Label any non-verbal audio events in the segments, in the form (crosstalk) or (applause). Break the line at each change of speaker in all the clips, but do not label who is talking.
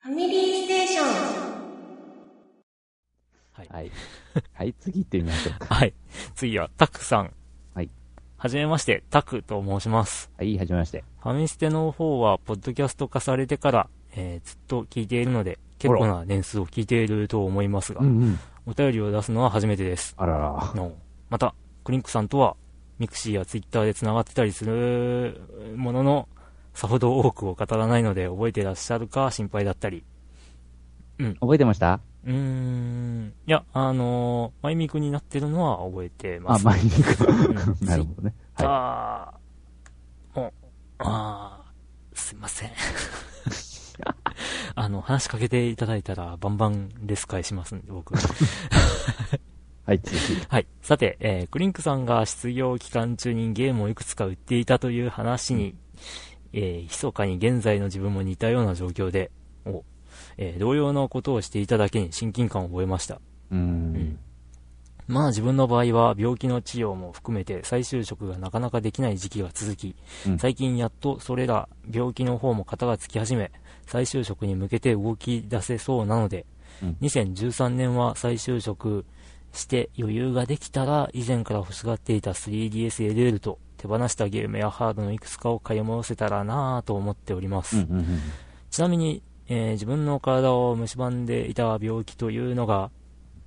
ファミリーステーション。
はい。
はい。はい、次行ってみましょう (laughs) か。
はい。次は、タクさん。
はい。
はじめまして、タクと申します。
はい、はじめまして。
ファミステの方は、ポッドキャスト化されてから、えーずっと聞いているので、結構な年数を聞いていると思いますが、
んうん。
お便りを出すのは初めてです。
あらら。
のまた、クリンクさんとは、ミクシーやツイッターで繋がってたりするものの、さほど多くを語らないので覚えてらっしゃるか心配だったり。
覚えてました
うーん。いや、あのー、マイミクになってるのは覚えてま
あ、
す。
前に行
うん
く。(laughs) なるほどね。
あ
は
ーもう、あーすいません。あの、話しかけていただいたら、バンバンレス返しますんで、僕。
い。はい、続き。
はい。さて、えークリンクさんが失業期間中にゲームをいくつか売っていたという話に、えー密かに現在の自分も似たような状況で、おえー同様のことをしていただけに親近感を覚えました。
うーん。
まあ自分の場合は病気の治療も含めて再就職がなかなかできない時期が続き、
うん
最近やっとそれら病気の方も肩がつき始め、再就職に向けて動き出せそうなので、
うん
2013年は再就職して余裕ができたら以前から欲しがっていた 3DSLL と手放したゲームやハードのいくつかを買い戻せたらなぁと思っております。
うんうんうん。
ちなみに、えー自分の体を蝕んでいた病気というのが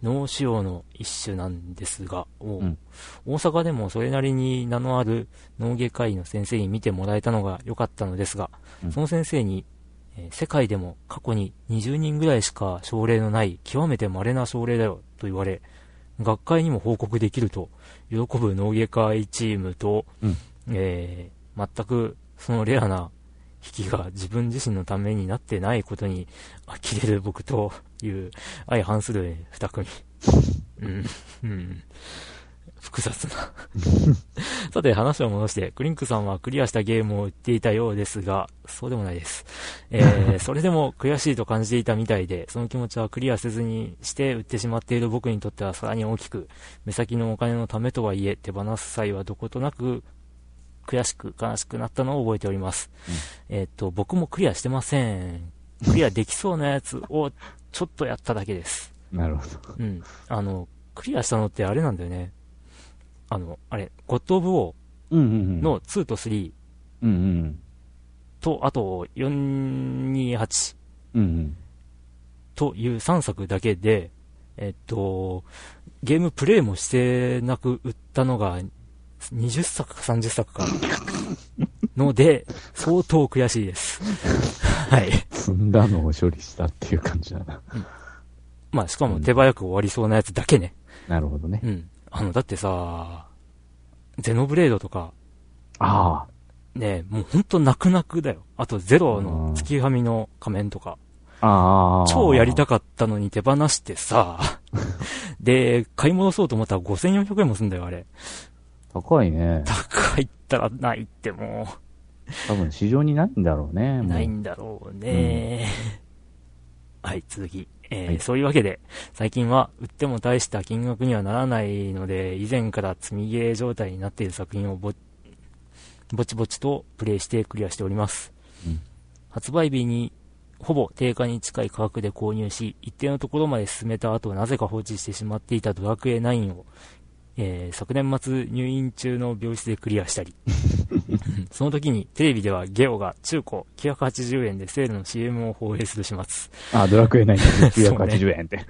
脳腫瘍の一種なんですが、おう
うん
大阪でもそれなりに名のある脳外科医の先生に見てもらえたのが良かったのですが、
うん
その先生に、えー世界でも過去に20人ぐらいしか症例のない極めて稀な症例だよと言われ、学会にも報告できると喜ぶ脳外科医チームと、
うん
えー全くそのレアな引きが自分自身のためになってないことに呆れる僕という相反する二組。うん、うん。複雑な。さて話を戻して、クリンクさんはクリアしたゲームを売っていたようですが、そうでもないです。えーそれでも悔しいと感じていたみたいで、その気持ちはクリアせずにして売ってしまっている僕にとってはさらに大きく、目先のお金のためとはいえ、手放す際はどことなく悔しく悲しくなったのを覚えております。えーっと、僕もクリアしてません。クリアできそうなやつをちょっとやっただけです。
なるほど。
うん。あの、クリアしたのってあれなんだよね。あの、あれ、ゴッド・オブ・ウォ
うんうんう
ー
ん。
の2と3
うんうん
と、あと428
うん。うん
という3作だけで、えっと、ゲームプレイもしてなく売ったのが20作か30作か。ので、相当悔しいです。はい。
うん。積んだのを処理したっていう感じだな。
まあ、しかも手早く終わりそうなやつだけね。
なるほどね
う。ん。あの、だってさ、ゼノブレードとか、
ああ。
ねえ、もうほんと泣く泣くだよ。あと、ゼロの月神の仮面とか、
ああ。
超やりた
く。
かったのに手放してさ、で、買い戻そうと思ったら5400円もすんだよ、あれ。
高いね。
高いったらないっても
多分市場にないんだろうね。
う、
もう
ないんだろうね。はい、続き。えー
はい
そういうわけで、最近は売っても大した金額にはならないので、以前から積みゲー状態になっている作品をぼぼちぼちとプレイしてクリアしております。
うん
発売日にほぼ定価に近い価格で購入し、一定のところまで進めた後、なぜか放置してしまっていたドラクエ9を、えー昨年末入院中の病室でクリアしたり、うんその時にテレビではゲオが中古980円でセールの CM を放映する始末。
あ、ドラクエ (laughs) ないんだ。980円って。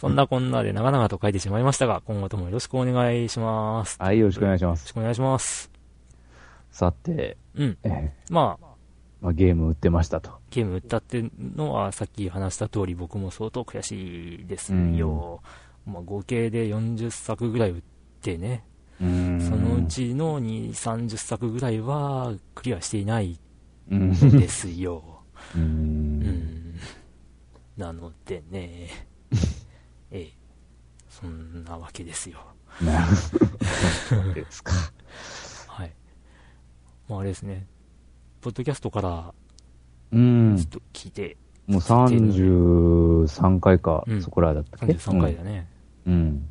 そんなこんなで長々と書いてしまいましたが、今後ともよろしくお願いします。よ
はい、よろしくお願いしま
ろ
す。
しくお願いします。
さて、
うん。
えー
まあ、
まあ、ゲーム売ってましたと。
ゲーム売ったってのは、さっき話した通り僕も相当悔しいですよ。まあ、合計で40作ぐらい売ってね、
うーん
そのう、ちの2、30作ぐらいはクリアしていない
うん。う
ですよ。
ー
うんん。なので (laughs) ね、ええ、そんなわけですよ。 (laughs)
なるほど。ですか。
はい。まあ、あれですね。ポッドキャストから
うん
ちょっ。と聞いて、
もう33回か
う、ん
そこらだったっけ
33回だね、
うん。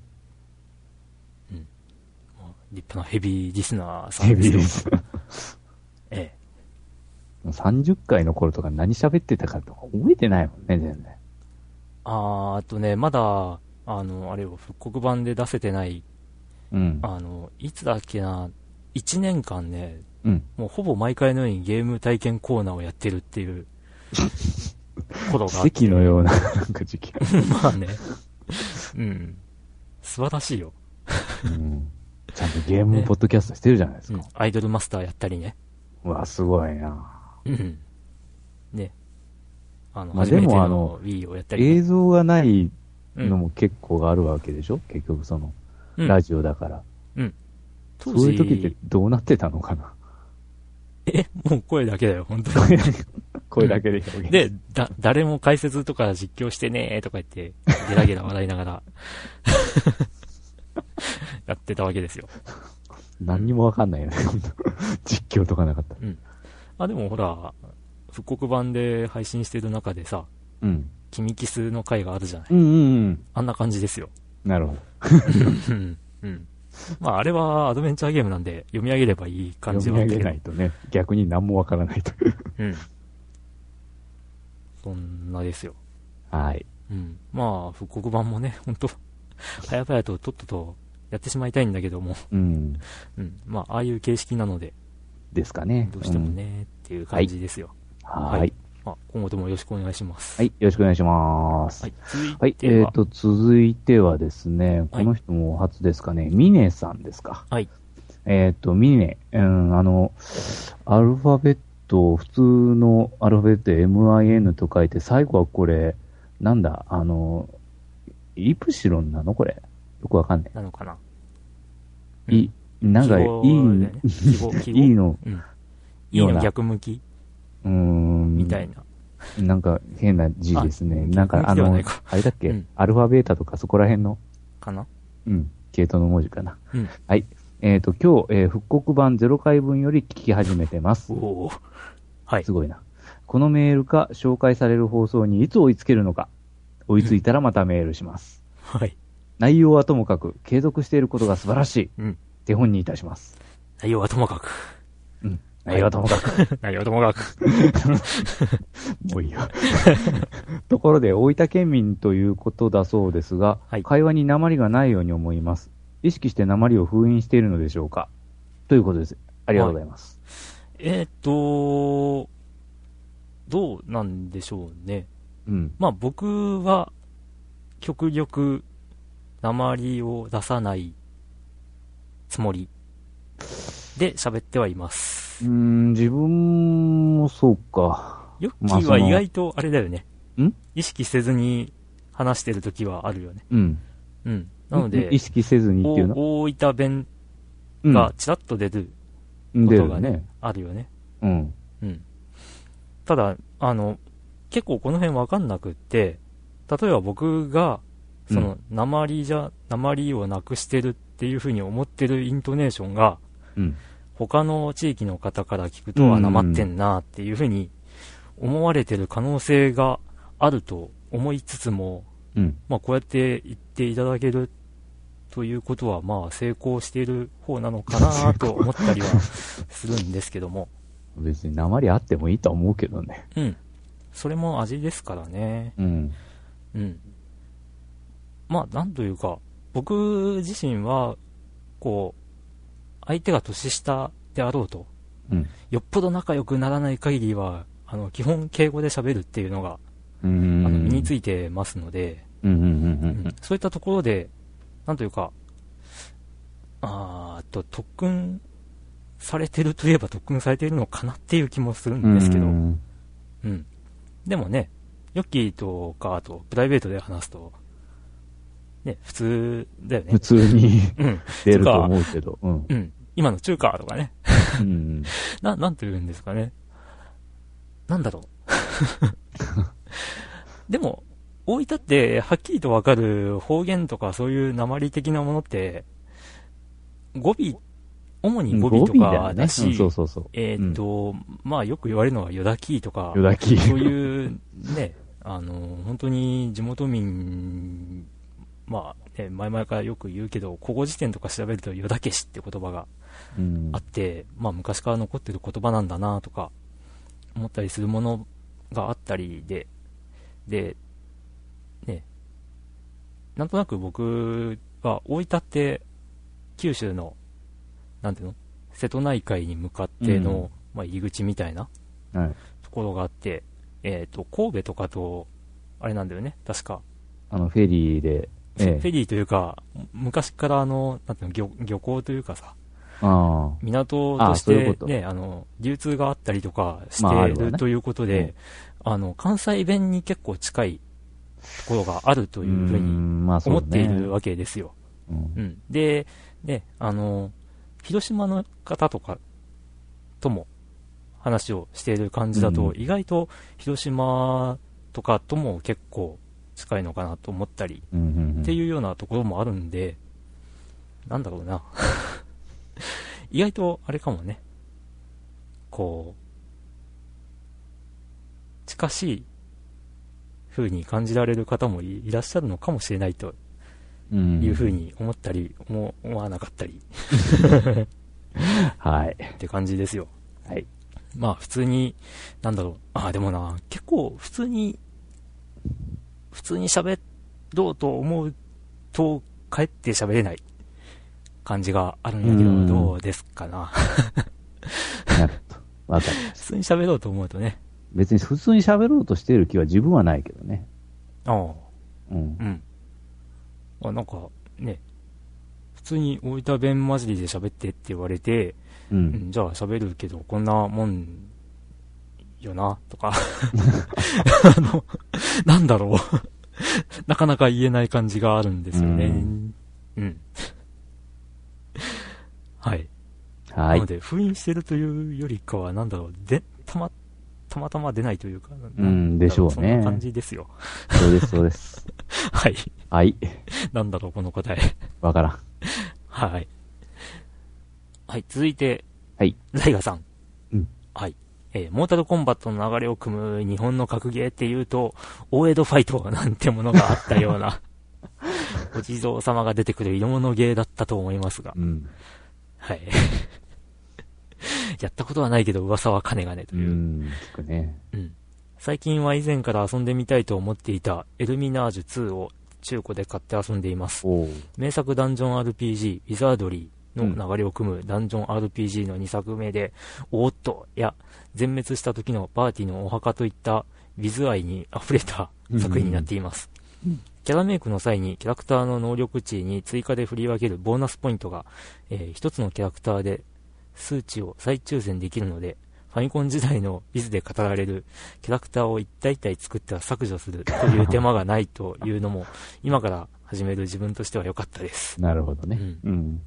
まあ立派なヘビーリスナーさん
ヘ
です
ビー
よ
で。す。
ええ。
30回の頃とか何喋ってたかとか覚えてないもんね、全然。
あーあとね、まだ、あの、あれを復刻版で出せてない、
うん。
あの、いつだっけな、1年間ね、
うん。
もうほぼ毎回のようにゲーム体験コーナーをやってるっていう、ことがあっ
(laughs) 奇跡のような、なんか
(laughs)
時期。
まあね。うん。素晴らしいよ。
うん。ちゃんとゲームポッドキャストしてるじゃないです
う
か
ん。アイドルマスターやったりね。
うわ、すごいな。
うん。ね。あの、
まあ
初めて
でもあ
の
の
Wii をやったりね、
映像がない
うん
のも結構あるわけでしょ結局その、
うん
ラジオだから。
当時
そういう時ってどうなってたのかな
え、もう声だけだよ、本
(laughs)
当に。
声だけで表現。
で、だ、誰も解説とか実況してねーとか言って、ゲラゲラ笑いながら、 (laughs) やってたわけですよ。
何にもわかんないよね。 (laughs) 本当実況とかなかったら。
あ、でもほら、復刻版で配信してる中でさ、
うん。
君キスの回があるじゃない。
うんうんうん。
あんな感じですよ。
なるほど。
うん。うん。まあ、あれはアドベンチャーゲームなんで、読み上げればいい感じ
読
は
み
あっ
上
た
げ
けど
ないとね、逆に何もわからないという。
うん。そんなですよ。
はい。
うん。まあ、復刻版もね、ほんと、早々ととっととやってしまいたいんだけども、
うん。
うん。まあ、ああいう形式なので、
ですかね。
どうしてもね、っていう感じですよ。
うん。はい。
まあ、今後ともよろしくお願いします。
はい。よろしくお願いします。
は
はい
続
い。。
いては、
えっ、と、続いてはですね、この人も初ですかね、ミネさんですか。
はい。
えっ、と、ミネ、うん、あの、アルファベット、普通のアルファベットで MIN と書いて、最後はこれ、なんだ、あの、イプシロンなのこれ。よくわかんない。
なのかな。
い、なんか、い
記号だ
い、
よね、記号、記号。
いいの、
うん。いい
ような
の逆向き
うーん、
みたいな。
なんか変な字ですね。
あ
なんか
逆
あ
にではな
の
いか、
あれだっけ、
うん
アルファベータとかそこら辺の、
かな
うん、系統の文字かな。
うん。
はい。えっ、と、今日、えー復刻版0回分より聞き始めてます
お。おー。はい
す。ごいな。このメールか紹介される放送にいつ追いつけるのか。追いついたらまたメールします。
はい。
内容はともかく、継続していることが素晴らしい。
うん。
手本にいたします。
内容はともかく。
うん。 (laughs) 内容はともかく。
内容はともかく。
(laughs) もういいよ。 (laughs) ところで、大分県民ということだそうですが、
はい
会話に鉛がないように思います。意識して鉛を封印しているのでしょうかということです。ありがとうございます。
(laughs) えーっと、どうなんでしょうね。
うん。
まあ僕は、極力、鉛を出さないつもりで喋ってはいます
うー。ん、自分もそうか。
ヨッ
まあ
キー
そ
は
の
意外とあれだよね。
ん
意識せずに話してる時はあるよね。
うん。
うん。なの
う
で
ん意、識せずにっていうの
お大分弁
うん
がちらっと出る
うん
こ
出
と
る
がね
ね。
あるよね。
うん。
うん。ただ、あの、結構この辺わかんなくって、例えば僕が、その、鉛じゃ、鉛をなくしてるっていうふうに思ってるイントネーションが、
うん。
他の地域の方から聞く
う
と、
んうん
あ、
うん
なまってんなっていうふうに思われてる可能性があると思いつつも、
うん。
まあ、こうやって言っていただけるということは、まあ、成功している方なのかなと思ったりはするんですけども。
別に鉛あってもいいとは思うけどね。
うん。それも味ですからね。
うん。
うん。まあ、なんというか、僕自身は、こう、相手が年下であろうと、
うん。
よっぽど仲良くならない限りは、あの、基本敬語で喋るっていうのが、
うん。
あの、身につ
い
いてますので、
うんうん
うんそういったところで、なんというか、あーっと、特訓されてるといえば特訓されているのかなっていう気もする
うんうん。
んですけど、
うん
うん。でもね、ヨッキーとか、あと、プライベートで話すと、ね、普通だよね
普。通に
うん。
出ると思うけど。うん。
うん。今の中華とかね。
うん。
な、なんて言うんですかね。なんだ
(laughs)
ろう。でも、大分って、はっきりとわかる方言とかそういう鉛的なものって、語尾、主に語尾と
だ
か
よね
だし、
うんそうそうそう。
えーっと、まあよく言われるのはヨダキーとか、
よだき。
そういう、ね、あの、本当に地元民、まあ、ね、前々からよく言うけど、古語辞典とか調べると、よだけしって言葉が
うん
あって、まあ、昔から残ってる言葉なんだなとか、思ったりするものがあったりで、で、ね、なんとなく僕は大分って九州の、なんていうの瀬戸内海に向かっての、
うん
まあ、入り口みたいな
はい。
ところがあって、えっ、と、神戸とかと、あれなんだよね、確か。
あの、フェリーで、
フェ
え
フェ
え。
リーというか、昔からあの、なんていうの漁、漁港というかさ、
ああ。
港
あ
と
あ
し
そういう
て
こと
ね、あの、流通があったりとかし
まああ
て
るわ
る
ね
ということで、あの、関西弁に結構近いところがあると
と
いうふうに
に
思っているわけですよ。
うん
うん。で、ね、あの、広島の方とかとも話をしている感じだと、
うん
意外と広島とかとも結構近いのかなと思ったり、
うんうんうん
っていうようなところもあるんで、なんだろうな。 (laughs) 意外と、あれかもね。こう、近しい風に感じられる方もいいらっしゃるのかもしれないと
うん
いう風に思ったり、思思わなかったり
はい。
って感じですよ。
はい。
まあ普通に、なんだろう。ああ、でもな、結構普通に、普通に喋ろうと思うと、帰って喋れない感じがあるんだけ
うん
ど、どうですかな。 (laughs)
なるほど。わかる。
普通に喋ろうと思うとね。
別に普通に喋ろうとしている気は自分はないけどね。
ああ、
うん
う。ん。あ、なんか、ね。普通に大分弁混じりで喋ってって言われて、
う。
うんん、じゃあ喋るけど、こんなもん、よな、と
(laughs)
か。あの、なんだろう。 (laughs) なかなか言えない感じがあるんですよね。う。
うん
はい。
は
ないの。で、封印してるというよりかは、なんだろう、で、たま、たまたま出ないというか、なんだろ
うんでしょうね
そんな感じですよ。
そうです、そうです。
はい。
はい。
なんだろう、この答え。
わからん。
はい。はい、続いて、
はい。
ライガさん。
うん
はい。えーモータルコンバットの流れを組む日本の格ゲーっていうと、大江戸ファイトなんてものがあったよう
(laughs)
な、お地蔵様が出てくる色物ゲーだったと思いますが、
うん。
はい。 (laughs) やったことはないけど噂は金がねと
う
いう。
ん。聞くね。
うん最近は以前から遊んでみたいと思っていたエルミナージュ2を中古で買って遊んでいます。
おう。
名作ダンジョン RPG、ウィザードリーの流れを組むダンジョン RPG の2作目で、おーっと、いや、全滅した時のパーティーのお墓といった、ウィズ愛に溢れた作品になっています。キャラメイクの際にキャラクターの能力値に追加で振り分けるボーナスポイントが、えー一つのキャラクターで数値を再抽選できるので、ファミコン時代のウィズで語られるキャラクターを一体一体作っては削除するという手間がないというのも、今から始める自分としては良かったです。
なるほどね。うん。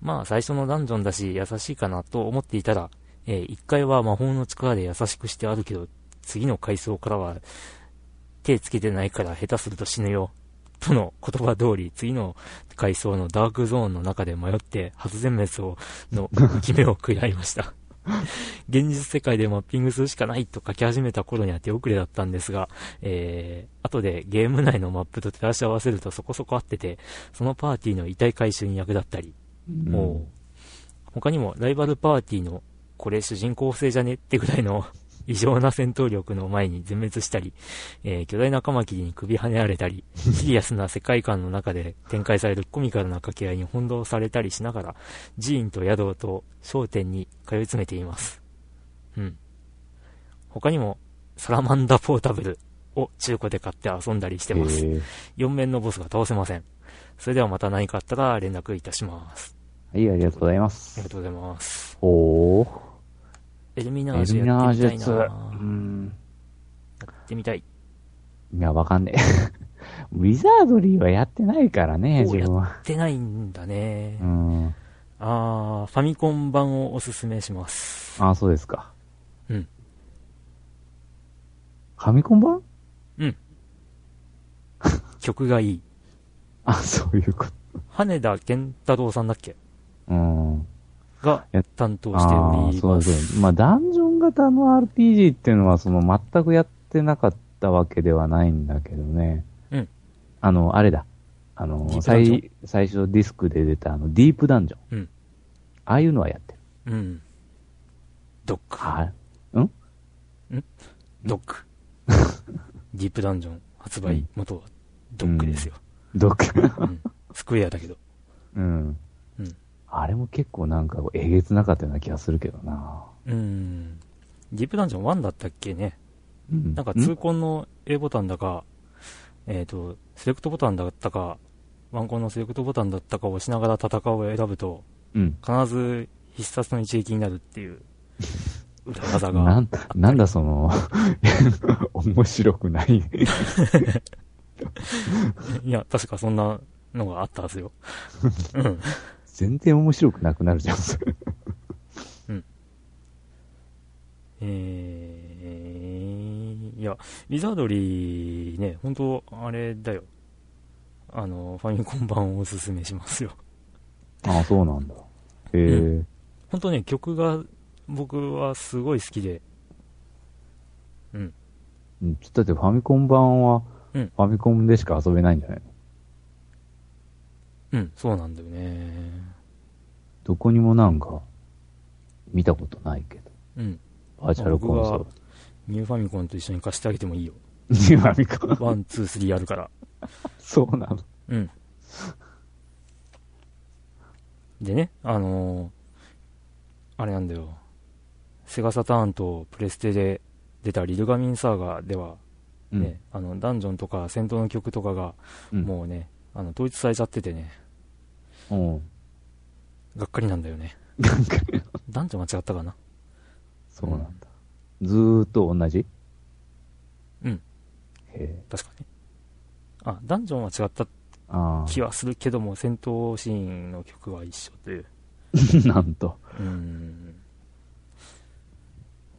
まあ最初のダンジョンだし優しいかなと思っていたら、えー一回は魔法の力で優しくしてあるけど、次の階層からは手つけてないから下手すると死ぬよ。との言葉通り、次の階層のダークゾーンの中で迷って、初全滅を、の浮き目を食らいました。現実世界でマッピングするしかないと書き始めた頃には手遅れだったんですが、えー、後でゲーム内のマップと照らし合わせるとそこそこ合ってて、そのパーティーの遺体回収に役立ったり、もう、他にもライバルパーティーの、これ主人公性じゃねってぐらいの (laughs) 異常な戦闘力の前に全滅したり、えー巨大なカマキリに首跳ねられた
(laughs)
り、シリアスな世界観の中で展開されるコミカルな掛け合いに翻弄されたりしながら、寺院と宿と商店に通い詰めています。うん。他にも、サラマンダポータブルを中古で買って遊んだりして
へ
ます。
ー
4面のボスが倒せません。それではまた何かあったら連絡いたします。
はい、ありがとうございま
あり
す
が。とうございます。
おう。
エルミナー
エ
ジ
ル
ュ
ミナ
や
ー
って
ジ
みたい
ュ
な。
ツ
や
ー。うん。
ってみたい。
いや、わかんねえ。 (laughs) ウィザードリーはやってないからね、
おう
自分
や
は。
ってないんだね。
うん。
あー、ファミコン版をおすすめします。
ああ、そうですか。
うん。
ファミコン版
曲がいい。
(laughs) あ、そういうこと。
羽田健太郎さんだっけ
うん。
が
やっ
担当して
あ
お
あ
り
そう
ま。
ですす。まあ、ダンジョン型の RPG っていうのは、その、全くやってなかったわけではないんだけどね。
うん。
あの、あれだ。あ
ディー
の、
プダンジョン
最、最初ディスクで出た、あの、ディープダンジョン。
うん
ああいうのはやってる。
うん。どっか。
はい。うん
ドック。ディープダンジョン発売元はドックですよ。
(laughs) どっか。 (laughs)
うんスクエアだけど。
うん。
うん。
あれも結構なんかえげつなかったような気がするけどな。
うん。ディープダンジョン1だったっけね。
うん
なんか痛恨の A ボタンだか、えっ、と、セレクトボタンだったか、ワンコンのセレクトボタンだったかを押しながら戦うを選ぶと、
うん。
必ず必殺の一撃になるっていう、裏技が。
なん、なんだその、 (laughs) 面白くない。 (laughs)
いや、確かそんなのがあったはずよ。うん。
全然面白くなくなるじゃん、それ。
えー、いや、リザードリーね、本当あれだよ。あの、ファミコン版をおすすめしますよ。
ああ、そうなんだ。へえ、
う本当ね、曲が僕はすごい好きで、
うんだってファミコン版は、
う
フ
ん
ァミコンでしか遊べないんじゃないの
うん、そうなんだよね。
どこにもなんか、見たことないけど。
うん。
バーチャルコンソール。
ニューファミコンと一緒に貸してあげてもい (laughs) いよ。
ニュー (laughs) ファミコン。
ワン、ツー、スリーあるから。
そうなの。
うん。でね、あのーあれなんだよ。セガサターンとプレステで出たリルガミンサーガでは、
うん
ね、あの、ダンジョンとか戦闘の曲とかが、
うん
もうね、あの、統一されちゃっててね、
うん。 (laughs)
がっかりなんだよね。
なんか、
ダンジョン間違ったかな
そうなんだ。ずーっと同じ
うん。
へえ。
確かね。あ、ダンジョンは違った
あ
気はするけども、戦闘シーンの曲は一緒という。
あ、 (laughs) なんと。
うーん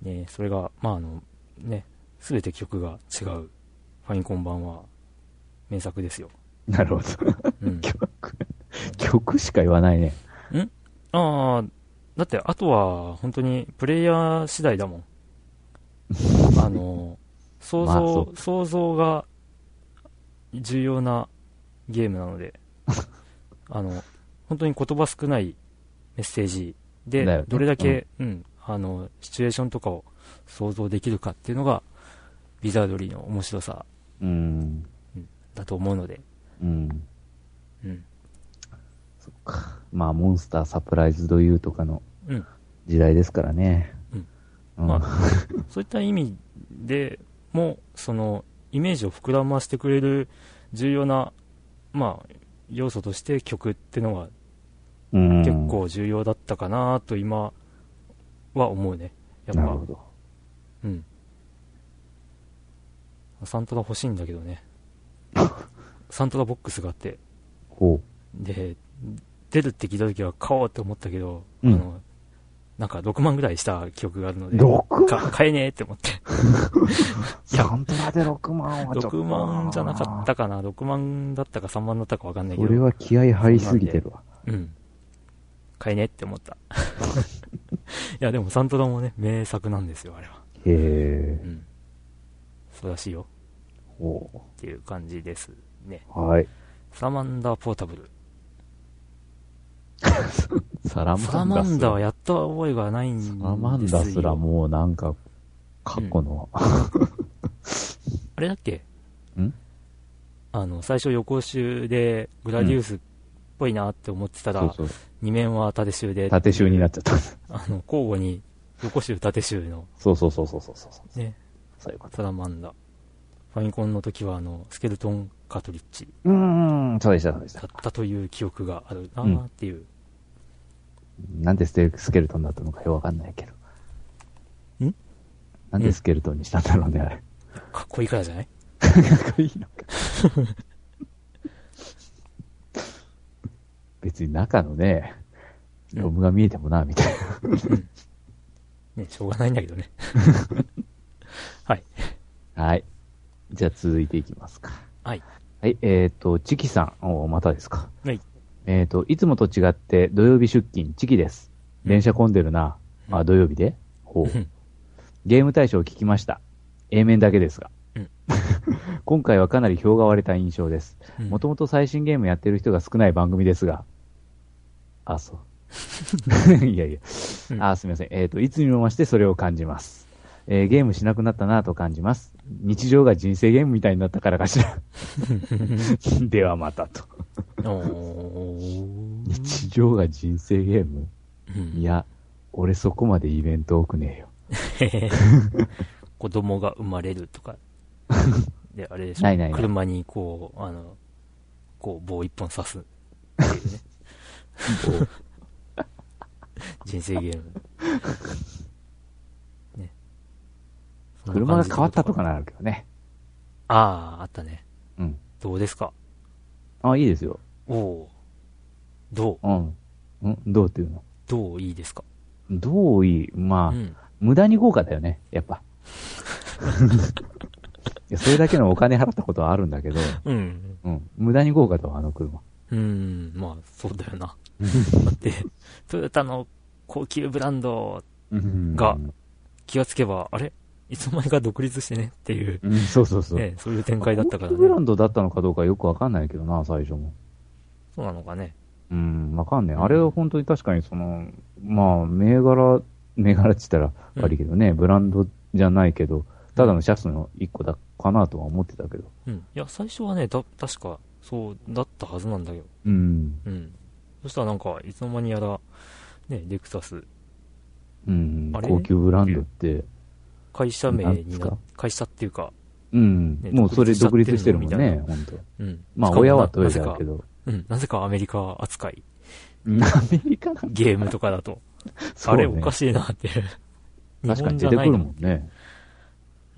ね、それが、まああの、ね、すべて曲が違うファミコン版は名作ですよ。
なるほど。 (laughs)
うん、
曲、曲しか言わないね。
ああ、だってあとは本当にプレイヤー次第だ
(laughs)
もん。あの、想像、
まあそ
想像が重要なゲームなので、
(laughs)
あの、本当に言葉少ないメッセージで、
だよね
どれだけ、うん、あの、シチュエーションとかを想像できるかっていうのが、ビザードリーの面白さ
うん。
だと思うので、
うん。
うん、
まあ、モンスターサプライズドユーとかの
うん、
時代ですからね。
うん
うん。
まあ、そういった意味でも、その、イメージを膨らませてくれる重要な、まあ、要素として曲ってのは
うん、
結構重要だったかなと今は思うね。やっ
なる
ぱ
ほ、ど。
うん。サントラ欲しいんだけどね。サントラボックスがあって、
ほ
で、出るって聞いた時は買おうって思ったけど、
うん
あの、なんか6万ぐらいした記憶があるの
う。
で、
6
か買えねえって思って。いや
サントラで6万はちょっと。
6万じゃなかったかな、6万だったか3万だったかわかんないけ
それ
ど、
は気合入りすぎてるわ。
うん、買えねって思った。 (laughs) いや、でもサントラもね、名作なんですよ、あれは。
へ
う
え。
ん。そうらしいよ
ほ
っていう感じですね。
う。はい。
サラマンダーポータブル。
サラマンダ
サラマン
す
ダー
ら
はやった覚えがないんですよ。
サラマンダすらもうなんか、過去の、
あれだっけ
ん
あの、最初予行集でグラディウスっぽいなって思ってたら、
そうそう。
二面は縦集で、
縦集になっちゃった。
あの、交互に横集縦集の
そうそうそうそうそうそう。
ね、
そういうこと。
サラマンダ。ファミコンの時はあの、スケルトンカトリッジ
うーん、そうでした、そうでし
だ
た。
ったという記憶があるなーっていう。
なんでステスケルトンだったのかよくわかんないけど。
ん
なんでスケルトンにしたんだろうね、あれ。
かっこいいからじゃない
かっこいいのか。 (laughs) 別に中のね、ロムが見えてもな、みたいな。
ね、しょうがないんだけどね。はい。
はい。じゃあ続いていきますか。
はい。
はい、えっ、と、チキさん、おまたですか。
はい。
えっ、と、いつもと違って土曜日出勤、チキです。電車混んでるな。
う
あ、
ん
土曜日でほ
う
う
ん。
ゲーム大賞を聞きました。A 面だけですが。
うん
(laughs) 今回はかなり票が割れた印象です。
うん
もともと最新ゲームやってる人が少ない番組ですが。あ、そう。いやいや。
うん (laughs)
あ、すみません。えっ、と、いつにも増してそれを感じます。えーゲームしなくなったなと感じます。日常が人生ゲームみたいになったからか
(laughs)
しら。ではまたと。
おー
日常が人生ゲーム
うん
いや、俺そこまでイベント多くねえよ。
へ
(laughs)
へへ子供が生まれるとか。で、あれでしょ
ないないない
車にこう、あの、こう棒一本刺す。人生ゲーム。ね。
車が変わったとか
な。
なるけどね。
ああ、あったね。
うん。
どうですか
あ、いいですよ。
おおー。どう
うん。うん、どうっていうの
どういいですか
どういいまあ、
うん。
無駄に豪華だよね、やっぱ。いやそれだけのお金払ったことはあるんだけど、
うん。
うん、無駄に豪華だわ、あの車。
うん、まあ、そうだよな。だって、トヨタの高級ブランド、が気がつけば、あれいつの間にか独立してねっていう、
うん、そうそうそう。
ね、そういう展開だったからね
高級。ブランドだったのかどうかよくわかんないけどな、最初も。
そうなのかね。
うん、わかんねえ。あれは本当に確かにその、まあ、銘柄、銘柄って言ったら悪いけどね、ブランドじゃないけど、ただのシャツの一個だかなとは思ってたけど。
うん。いや、最初はね、た、確か、そうだったはずなんだけど。
うん。
うん。そしたらなんか、いつの間にやら、ね、レクサス、
うん、
あれ
高級ブランドって、
会社名
なん
に
す
な
か、
会社っていうか、
うん、
ね
もうそれ独
独
立
立
し
してて
る
る
もん
み
ね、本当。
うん。
まあ、
しかも
親は
な
トヨタ
なぜ
だ
か
けど。
うん。なぜかアメリカ扱い、
うんアメリカなんだ
ゲームとかだと。
そう
あ
ね
れ、おかしいなって。
確か
日本
に出
じゃ
て
ない
くる
の
もんね。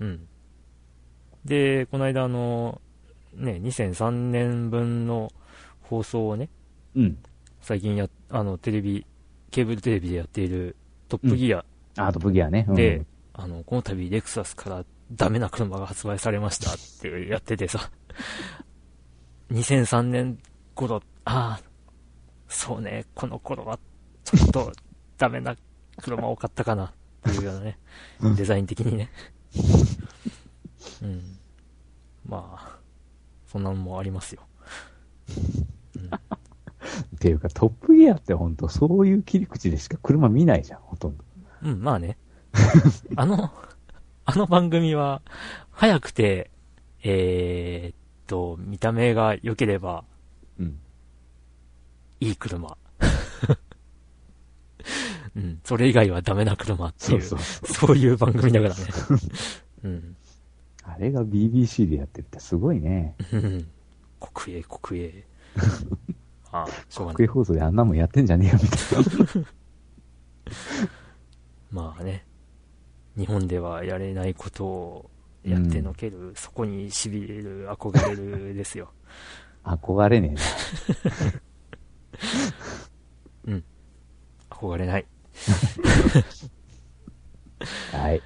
うん。で、この間、あの、ね、2003年分の放送をね、
うん。
最近や、あの、テレビ、ケーブルテレビでやっているトップギア
あと、ブギアね。うん
で、、あの、この度レクサスからダメな車が発売されましたってやっててさ、2003年頃、ああ、そうね、この頃はちょっとダメな車を買ったかなっていうようなね、デザイン的にね。うん。まあ、そんなのもありますよ。
っていうか、トップギアって本当そういう切り口でしか車見ないじゃん、ほとんど。
うん、まあね。 (laughs) あの、あの番組は、早くて、えーっと、見た目が良ければ
うん。
いい車。 (laughs) うん、それ以外はダメな車って
そ
いうう、
そ
そうう
そう。
いう番組だから
(laughs)
ね。うん (laughs)
あれが BBC でやってるってすごいね。
うん。国営、国営。あしょうがな
国
い。
営放送であんなもんやってんじゃねえよ、みたい
まあね、日本ではやれないことをやってのける、そこに痺れる、憧れるですよ。
な。憧れね
憧れない。
えな。はい。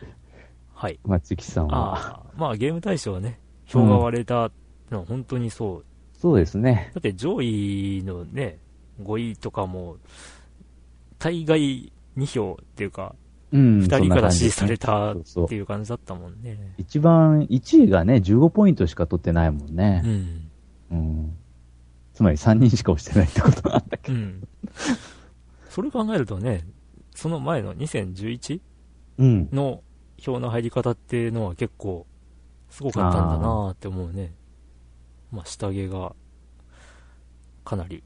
はい。
まあ、チキさんは。
ああ、まあゲーム大賞はね、票が割れたのは本当にそう。
そうですね。
だって上位のね、5位とかも、大概2票っていうか、
うん。
2
そん
人
な
か
感
ら
じ
支持
です
さ
ね
れたっ
そうそう
ていう感じだったもんね。
一番、1位がね、15ポイントしか取ってないもん
う
ね。
ん。
うん。つまり3人しか押してないってことなんだけ
うん。それ考えるとね、その前の 2011?
ど。うん。
の票の入り方っていうのは結構すごかったんだなーって思うね。まあ、下着がかなり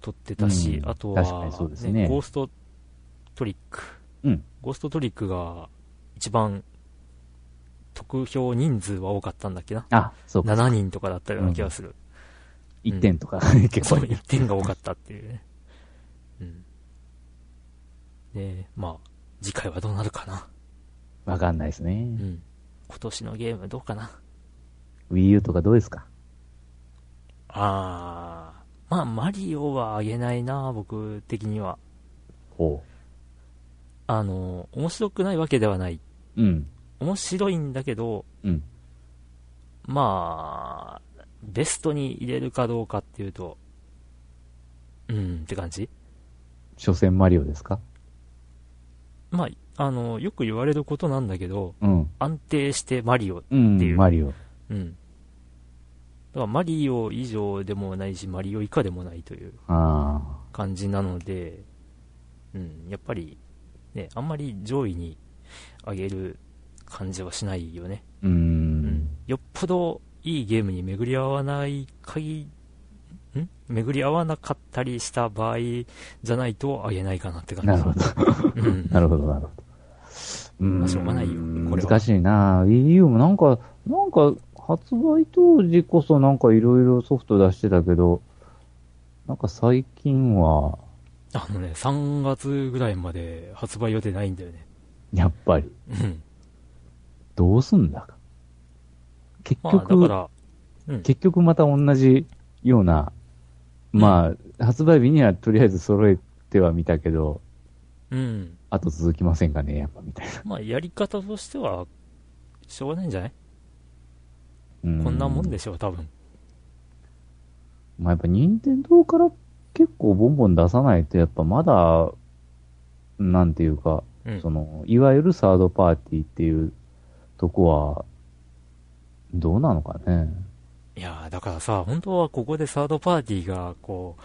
取ってたし、
うん
あと
確か
は
にそうですね
ゴーストトリック。
うん
ゴーストトリックが一番得票人数は多かったんだっけな。
あ、そうか。
7人とかだったような気がする。
1点と
(laughs)
か、結
そ
構
の。1点が多かったっていうね。うん。で、まあ、次回はどうなるかな。
わかんないですね。
うん。今年のゲームどうかな。
Wii U とかどうですか
ああ、まあ、マリオはあげないな、僕的には。
ほ
あの、面白くないわけではない。
う。うん。
面白いんだけど、
うん。
まあ、ベストに入れるかどうかっていうと、うんって感じ。
所詮マリオですか
まあ、あの、よく言われることなんだけど、
うん。
安定してマリオ。
う
ってい
ん、
う
マリオ。
うん。だからマリオ以上でもないし、マリオ以下でもないという
あ
感じなので、うん、やっぱり、ね、あんまり上位に上げる感じはしないよね。
うーん。
よっぽどいいゲームに巡り合わない限り、ん巡り合わなかったりした場合じゃないとあげないかなって感じ。
なる
(laughs)
ほど。
うん。
(laughs) なるほど、なるほど。う
まあしょうがないよこれは
難しいな EU もなんか、なんか、発売当時こそなんかいろいろソフト出してたけど、なんか最近は、
あのね、3月ぐらいまで発売予定ないんだよね。
やっぱり、
うん。
どうすんだか。結
まあだ
局、
から、うん。
結局また同じような、まあ、発売日にはとりあえず揃えてはみたけど、
うん。
あと続きませんかね、やっぱみたいな。
まあやり方としては、しょうがないんじゃない
うん
こんなもんでしょう、多分。
まあ、やっぱ任天堂から結構ボンボン出さないと、やっぱまだ、なんていうか、
うん
そ。の、いわゆるサードパーティーっていうとこは、どうなのかね。
いやーだからさ、本当はここでサードパーティーが、こ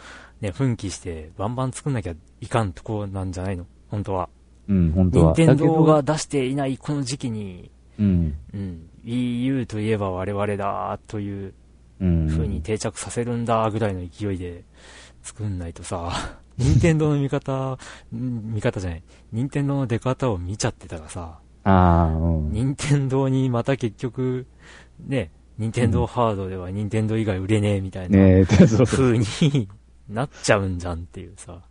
う、ね、奮起して、バンバン作んなきゃいかんとこなんじゃないの本当は。
うん、本当は。
任天堂
だ
が出していないこの時期に、
けど、うん。
うん、EU といえば我々だという
うん。
風に定着させるんだぐらいの勢いで作んないと
(laughs)
さ、任天堂の見方、ん見方じゃない、任天堂の出方を見ちゃってたらさ、
ああ、うん。
任天堂にまた結局、ね、任天堂ハードでは任天堂以外売れねえみたいな
ねえ、そう (laughs) そうそう
風になっちゃうんじゃんっていうさ、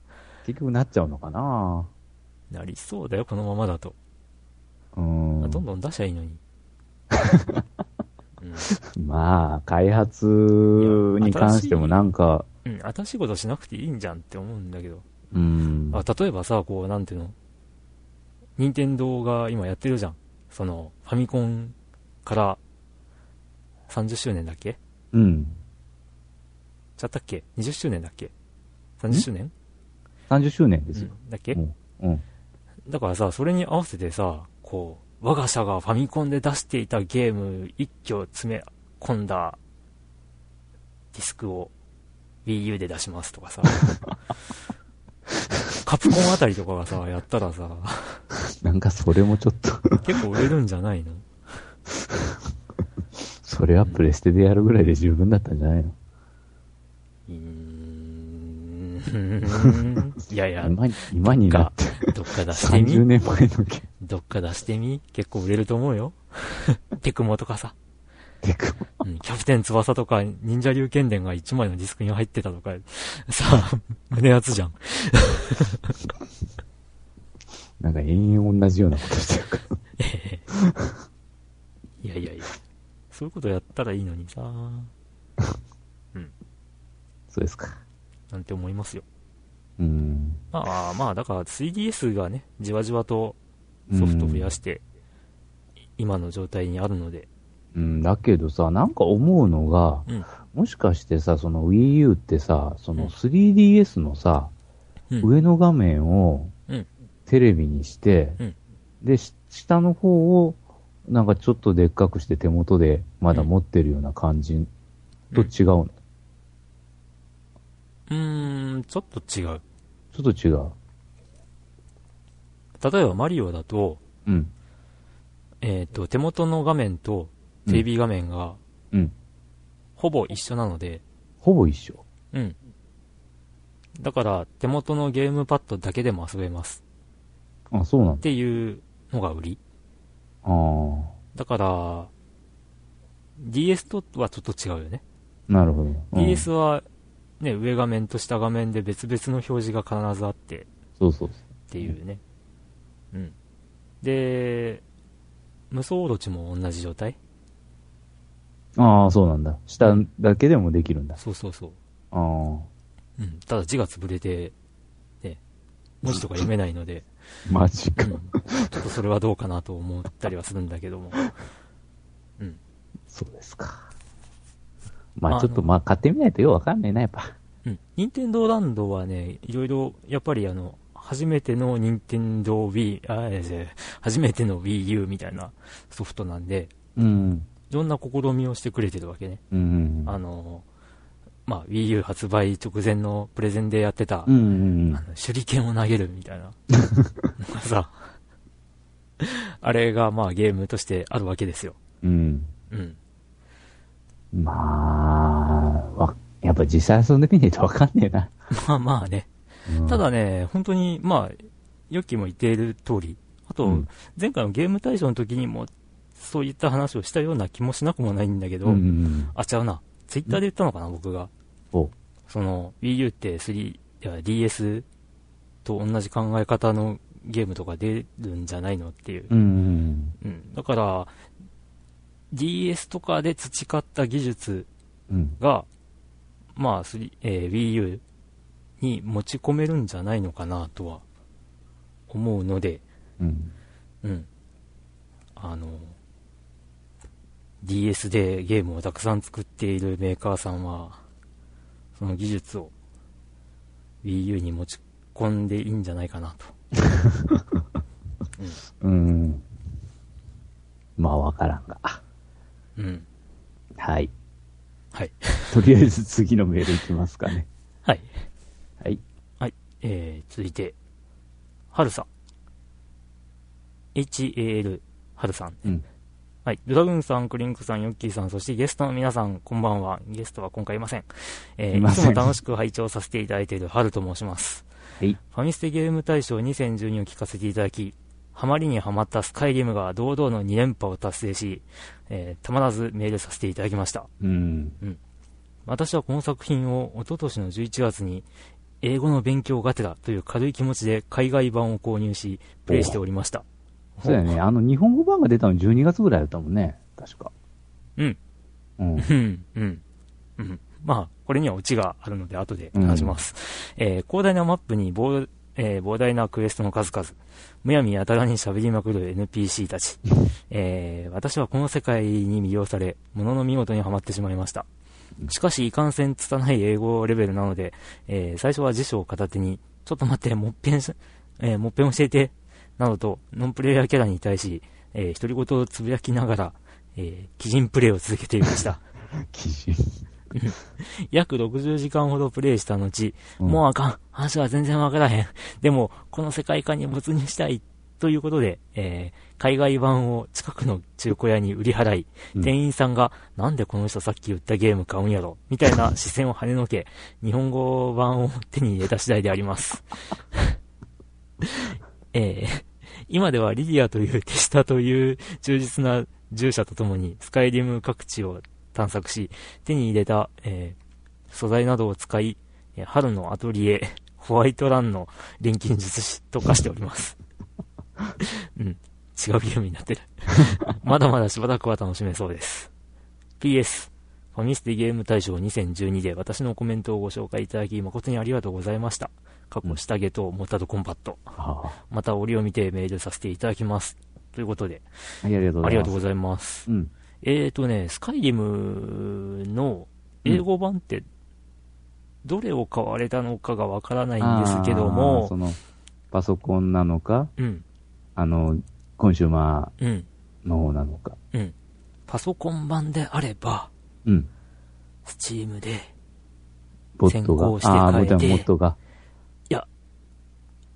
結局なっちゃうのかな。
なりそうだよ、このままだと。
うん。
どんどん出しゃいいの
(laughs)
に。うん
まあ、開発に関してもなんか、
うん、新しいことしなくていいんじゃんって思うんだけど。
うん。
あ、例えばさ、こう、なんていうの任天堂が今やってるじゃん。その、ファミコンから30周年だっけ
うん。
ちゃったっけ ?20 周年だっけ ?30 周年
30周年で
う
すよ。
ん、だっけ、
うんうん。
だからさ、それに合わせてさ、こう、我が社がファミコンで出していたゲーム一挙詰め込んだディスクを Wii U で出しますと
(laughs)
かさ、カプコンあたりとかがさ、やったらさ、
なんかそれもちょっと、
結構売れるんじゃないの
それはプレステでやるぐらいで十分だったんじゃないの
うー
(laughs)
んいやいや、
今に、今になって、
どっか出して
30
み
年前のゲーム
どっか出してみ結構売れると思うよ。テクモとかさ。
でこ
う
う
ん、キャプテン翼とか、忍者竜剣伝が1枚のディスクに入ってたとか、さあ、胸熱じゃん。
なんか延々同じようなことしてるから。
いやいやいや。そういうことやったらいいのにさ、
そうですか。
なんて思いますよ。
うん。
まあまあ、だから 3DS がね、じわじわとソフト増やして、今の状態にあるので、
うん、だけどさ、なんか思うのが、
うん
もしかしてさ、その Wii U ってさ、そ
うん
の 3DS のさ、
うん
上の画面を
うん
テレビにして、
うん
で、し下の方をなんかちょっとでっかくして手元でまだ持ってるような感じと違うの、
うーん、ちょっと違う。
ちょっと違う。
例えばマリオだと、
うん。
えっ、と、手元の画面とテレビ画面が、
うん。
ほぼ一緒なので、
ほぼ一緒。
うん。だから、手元のゲームパッドだけでも遊べます。
あ、そうなん
っ
だ。
ていうのが売り。
ああ
だから、DS とはちょっと違うよね。
ー。なるほど。うん
DS は、ね、上画面と下画面で別々の表示が必ずあって、
そうそう
っていうね。うん。で、無双オロチも同じ状態
そう。ああ、そうなんだ。下だけでもできるんだ。
そうそうそう。
ああ。
うん。ただ字が潰れて、ね、文字とか読めないので、
マジ
う
か
ん。ちょっとそれはどうかなと思ったりはするんだけども。うん。
そうですか。ま
あ
あちょっと、まあ買ってみないとようわかんないな、やっぱ。
うん。任天堂ランドはね、いろいろ、やっぱりあの、初めての任天堂 Wii、あ、えー初めての Wii U みたいなソフトなんで、
うん。
いろんな試みをしてくれてるわけね。
うん。
あの、まあ、Wii U 発売直前のプレゼンでやってた、
うんうん
あの手裏剣を投げるみたいなのがさ、あれがまあゲームとしてあるわけですよ。
うん。
うん。
まあ、わ、やっぱ実際遊んでみねえとわかんねえな。
まあまあね。
うん
ただ、ね、本当に、まあ、ヨッキーも言っている通り、あと、
うん
前回のゲーム大賞の時にも、そういった話をしたような気もしなくもないんだけど、
うんうんうん。
あ、違うな。ツイッターで言ったのかな、僕が。
お
その、Wii U って3、いや DS と同じ考え方のゲームとか出るんじゃないのっていう。
うんうん
うん。だから、DS とかで培った技術
うん。うん。
が、まあ、3えー Wii U に持ち込めるんじゃないのかなとは思うので、
うん。
うん。あの、DS でゲームをたくさん作っているメーカーさんは、その技術を Wii U に持ち込んでいいんじゃないかなと。
うん。まあ、わからんが。
うん。
はい。
はい。
とりあえず次のメールいきますかね。
はい。
はい。
はい。えー、続いて、はるさん。HAL、はるさん。
うん。
はい。ドラグーンさん、クリンクさん、ヨッキーさん、そしてゲストの皆さん、こんばんは。ゲストは今回いません。えー
いま
い
せ
つ
ん
も楽しく拝聴させていただいているハルと申します。
はい。
ファミステゲーム大賞2012を聞かせていただき、ハマりにハマったスカイゲームが堂々の2連覇を達成し、えーたまらずメールさせていただきました。
うん。
私はこの作品を一昨年の11月に、英語の勉強がてらという軽い気持ちで海外版を購入し、プレイしておりました。
そうだよね。あの、日本語版が出たの12月ぐらいだったもんね。確か。
うん。
うん。
(laughs) うん、うん。うん。まあ、これにはオチがあるので、後で話します。えー広大なマップに膨,、えー膨大なクエストの数々、むやみやたらに喋りまくる NPC たち。えー私はこの世界に魅了され、ものの見事にはまってしまいました。しかし、いかんせん拙い英語レベルなので、えー最初は辞書を片手に、ちょっと待って、もっぺんし、えーもっぺん教えて、などと、ノンプレイヤーキャラに対し、えー独り言をつぶやきながら、えー、鬼人プレイを続けていました。
基準。
約60時間ほどプレイした後、
うん
もうあかん。話は全然わからへん。でも、この世界観に没入したい。ということで、えー海外版を近くの中古屋に売り払い、
うん
店員さんが、なんでこの人さっき言ったゲーム買うんやろみたいな視線を跳ねのけ、日本語版を手に入れた次第であります。 (laughs) えー今ではリディアという手下という忠実な従者とともに、スカイリム各地を探索し、手に入れた、えー素材などを使い、えー春のアトリエ、ホワイトランの錬金術師と化しております。 (laughs) うん。違うゲームになってる。まだまだしばらくは楽しめそうです。PS、ファミステゲーム大賞2012で私のコメントをご紹介いただき誠にありがとうございました。過去下着とモータルコンバット。
は
また折を見てメールさせていただきます。ということで、
あはい、ありがとうご
あり
ざい
が
ます。
とうございます。
うん。
えーとね、スカイリムの英語版って、どれを買われたのかがわからないんですけど
あーそ
も、
の、パソコンなのか、
うん、
あの、コンシューマ
うん、
ーの方なのか。
うん。パソコン版であれば、
うん。
スチームで、
ボットが。
先行して
ああ、ボット
変えて
ボットが。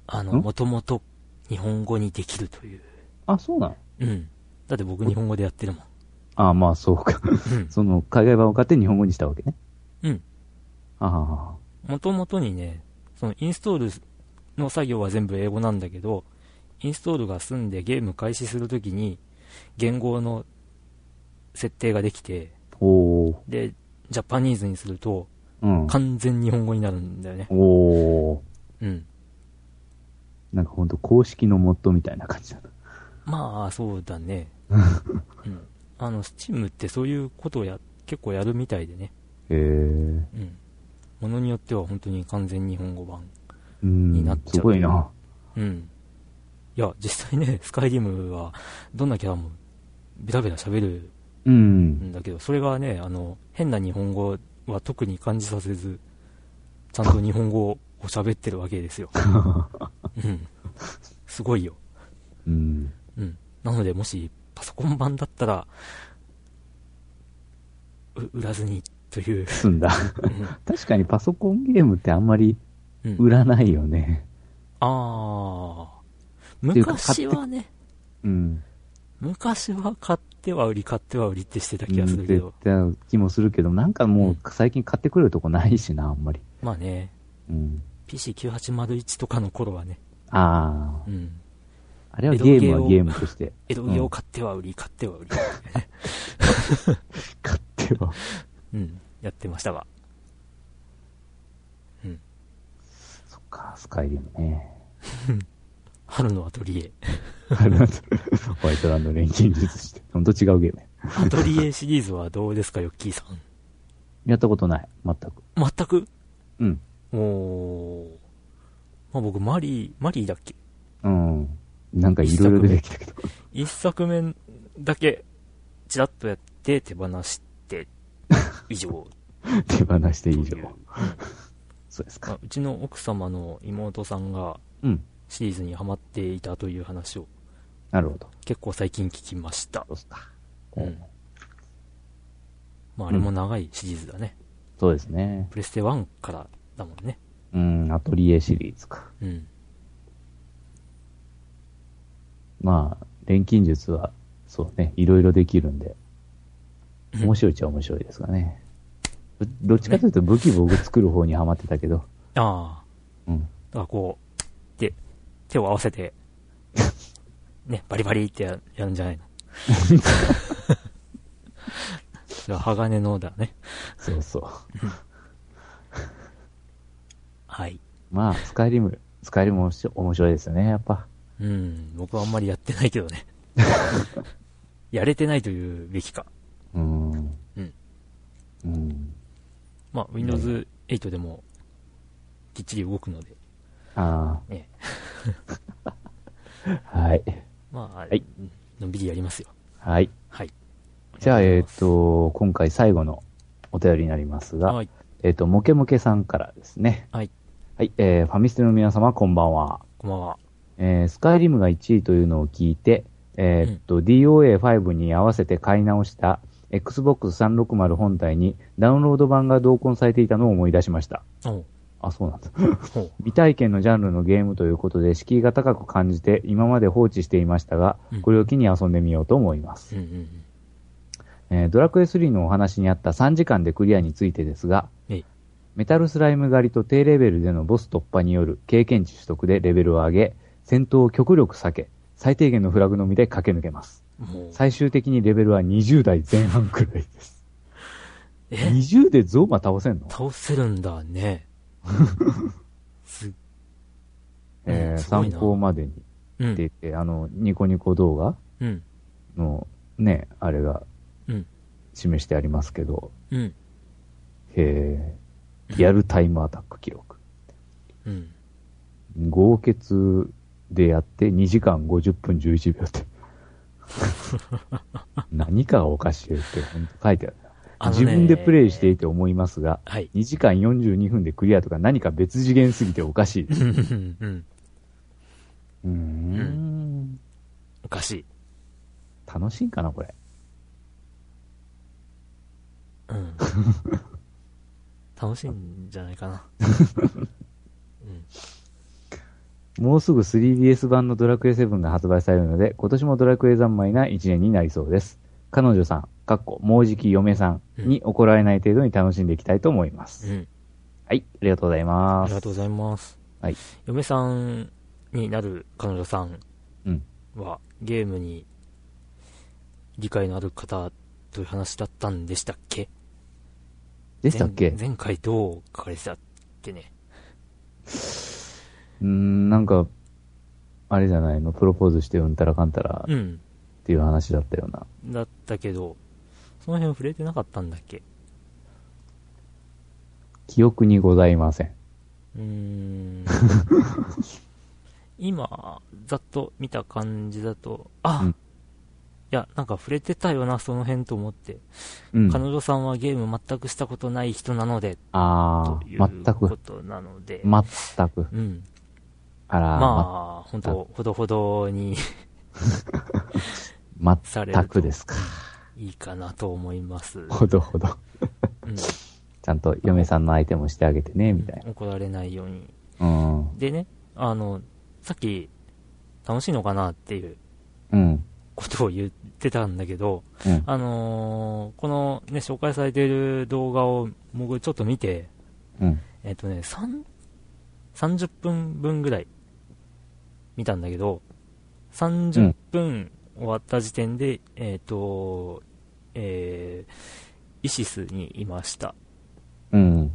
あの、
ん
もともと日本語にできるという。
あ、そうなの
うん。だって僕日本語でやってるもん。
ああ、まあそうか。 (laughs)
うん。
その、海外版を買って日本語にしたわけね。
うん。
ああ、
もともとにね、そのインストールの作業は全部英語なんだけど、インストールが済んでゲーム開始するときに、言語の設定ができて、
おー。
で、ジャパニーズにすると、
うん。
完全日本語になるんだよね。
おー。
うん。
なんかほんと公式のモッドみたいな感じだな。
まあ、そうだ (laughs) ね。うん。あの、スチームってそういうことをや、結構やるみたいでね。
へえ。
うん。ものによっては本当に完全日本語版。
うん。
になっちゃう
すごいな。
うん。いや、実際ね、ス (laughs) カイリムは、どんなキャラも、ベラベラ喋る
うんん。
だけど、それがね、あの、変な日本語は特に感じさせず、ちゃんと日本語を喋ってるわけ
(laughs)
ですよ。うん。すごいよ。
うん。
うん。なので、もし、パソコン版だったら、う売らずに、と
(laughs)
いう。
済んだ。確かにパソコンゲームってあんまり
うん。
売らないよね。
あー。
ていうか買って
昔はね、
うん。
昔は買っては売り、買っては売りってしてた気
う
が
ん
するけど、
絶対な気もするけど、なんかもう最近買ってくれるとこないしな、あんまり。
まあね、
うん。
PC9801 とかの頃はね、
ああ
う、ん。
あれはゲームはゲームとして。
江戸家を買っては売り、買っては売り、
買っては。
うん、やってましたわ。うん。
そっか、スカイリムね。 (laughs)
春のアトリエ。
あのホワイトランド錬金術して。ほんと違うゲームや。
アトリエシリーズはどうですか、ヨッキーさん。
やったことない、全く。
全く
うん。
おー。まあ僕、マリー、マリーだっけ
うん。なんかいろいろ出てきたけど。
一作目だけ、ちらっとやって、手放 (laughs) して、以上。
手放して以上
という。
そうです
ま
か
あ。うちの奥様の妹さんが
うん。
シリーズにハマっていたという話を
なるほど。
結構最近聞きました
そ。うっすか。
うん。まああれも長いシリーズだね。
そうですね。
プレステ1からだもんね。
うん、アトリエシリーズか。
うん。
まあ、錬金術は、そうね、いろいろできるんで、面白いっちゃ面白いですがね。どどっちかというと武器僕作る方にはまってたけど、
ああ。
うん。
だからこう、で、手を合わせて、 (laughs) ね、バリバリってややるんじゃないのそれは鋼のだね。
そうそう。
はい。
まあ、スカイリム、スカイリムもし面白いですよね、やっぱ。
うん、僕はあんまりやってないけどね。
(laughs)
やれてないというべきか。
うーん。
うん。
うん。
まあ、Windows 8でも、きっちり動くので、
あ
ね。
あ、はい。
まあ、
い
のんびりやりますよ。
はい。
はい。
じゃあ、えっ、
と
と、今回最後のお便りになりますが、
はい。
えっ、と、モケモケさんからですね。
はい。
はい、えー、ファミステの皆様、こんばんは。
こんばんは。
えースカイリムが1位というのを聞いて、えーっと、DOA5 に合わせて買い直した Xbox 360本体にダウンロード版が同梱されていたのを思い出しました。
おう
あ、そ
(laughs)
うなんだ。
ほう。
未体験のジャンルのゲームということで敷居が高く感じて今まで放置していましたが
うん、
これを機に遊んでみようと思います。
うんうんうん。
えードラクエ3のお話にあった3時間でクリアについてですが、
えい
メタルスライム狩りと低レベルでのボス突破による経験値取得でレベルを上げ、戦闘を極力避け、最低限のフラグのみで駆け抜けます。
もう、
最終的にレベルは20代前半くらいです。
え
20でゾーマ倒せんの、
倒せるんだね。
(laughs)
す、
えー
すごい
参
な
考までにって
うん。
言って、あの、ニコニコ動画
うん。
のね、あれが
うん。
示してありますけど、
うん。
えー、リアルタイムアタック記録。
うん。
合決でやって2時間50分11秒って。
(laughs)
何かがおかしいって本当書いてあるな
あのね
自分でプレイしていて思いますが、 (laughs)
はい。
2時間42分でクリアとか何か別次元すぎておかしいです。
うんうんうん。
うーん。
おかしい。
楽しいんかな、これ。
うん。楽しいんじゃないか
(laughs)
な。うん。
もうすぐ 3DS 版のドラクエ7が発売されるので、今年もドラクエ三昧な1年になりそうです。彼女さん、かっこ、もうじき嫁さんに怒られない程度に楽しんでいきたいと思います。
うん。
はい、ありがとうございます。
ありがとうございます。
はい。
嫁さんになる彼女さん
うん。
は、ゲームに理解のある方という話だったんでしたっけ
でしたっけ
前前回どう書かれてたっけね。
うーん、なんか、あれじゃないの、プロポーズしてうんたらかんたらっ
うん。
ていう話だったような。
だったけど、その辺触れてなかったんだっけ
記憶にございません。
うー
(laughs)
ん今、ざっと見た感じだと、あ、
うん
いや、なんか触れてたよな、その辺と思って。
うん。
彼女さんはゲーム全くしたことない人なので、
あ
と
あ、
い
全
うこ
く、
となので、
全く。
うん。
あら、
まあ、本当ほどほどに
ま、
されると
全くですか。
いいかなと思います。うん
ほどほど。ちゃんと嫁さんの相手もしてあげてね、みたい
怒られないように。
な。うん。
でね、あの、さっき、楽しいのかなっていう
ううん。
ことを言ってたんだけど、
うん。
あのーこのね、紹介されている動画を僕ちょっと見て、
うん。
えっ、とね、3、30分分ぐらい見たんだけど、30分終わった時点で、えっ、と、えーイシスにいました。
うん。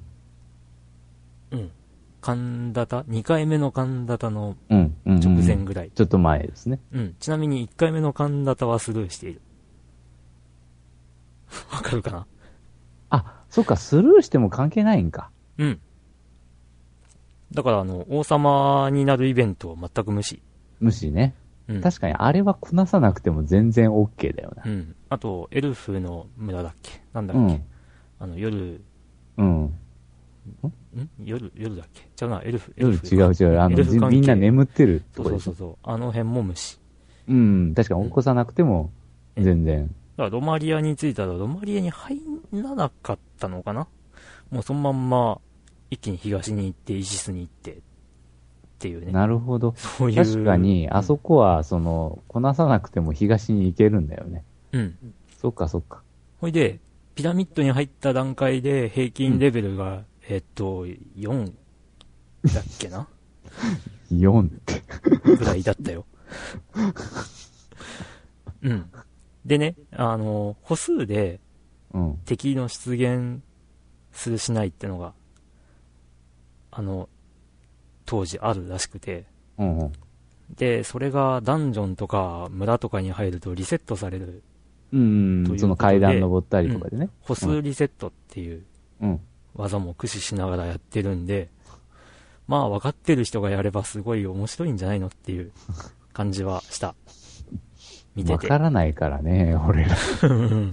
うん。神田田 ?2 回目の神田田の
うん。うん
直前。ぐらい。
ちょっと前ですね。
うん。ちなみに1回目の神田田はスルーしている。わかるかな
あ、そっか、スルーしても関係ないんか。
うん。だから、あの、王様になるイベントを全く無視。
むしね。
うん。
確かに、あれはこなさなくても全然 OK だよな
う。ん。あと、エルフの村だっけなんだっ
う
け、
ん。
あの、夜、ん
うん。
夜、夜だっけ違うな、エルフ、エ
違う
ルフ。
違う。あ
エ
の、
ルフ
じ
関係
みんな眠ってる
そ
と
うそ
こで
う
し
そう
ょ。
そう。あの辺も無視。
うん。確かに起こさなくても、
うん
全然。
だから、ロマリアに着いたら、ロマリアに入らなかったのかなもうそのまんま、一気に東に行って、イシスに行って、っていうね。
なるほど。
そういう。
確かに、あそこは、その、こなさなくても東に行けるんだよね。
うん。
そっかそっか。
ほいで、ピラミッドに入った段階で平均レベルが、えっと、4だっけ
(laughs)
な
4って。
ぐらいだったよ。うん。でね、あの、歩数で
うん。
敵の出現するしないってのが、あの、当時あるらしくて、
うんうん。
で、それがダンジョンとか村とかに入るとリセットされる、
うん
ということで
うん、その階段登ったりとかでね。
歩数リセットっていう
うん。
技も駆使しながらやってるんで、まあ分かってる人がやればすごい面白いんじゃないのっていう感じはした。見て
わ
て。
からないからね、俺ら。
うん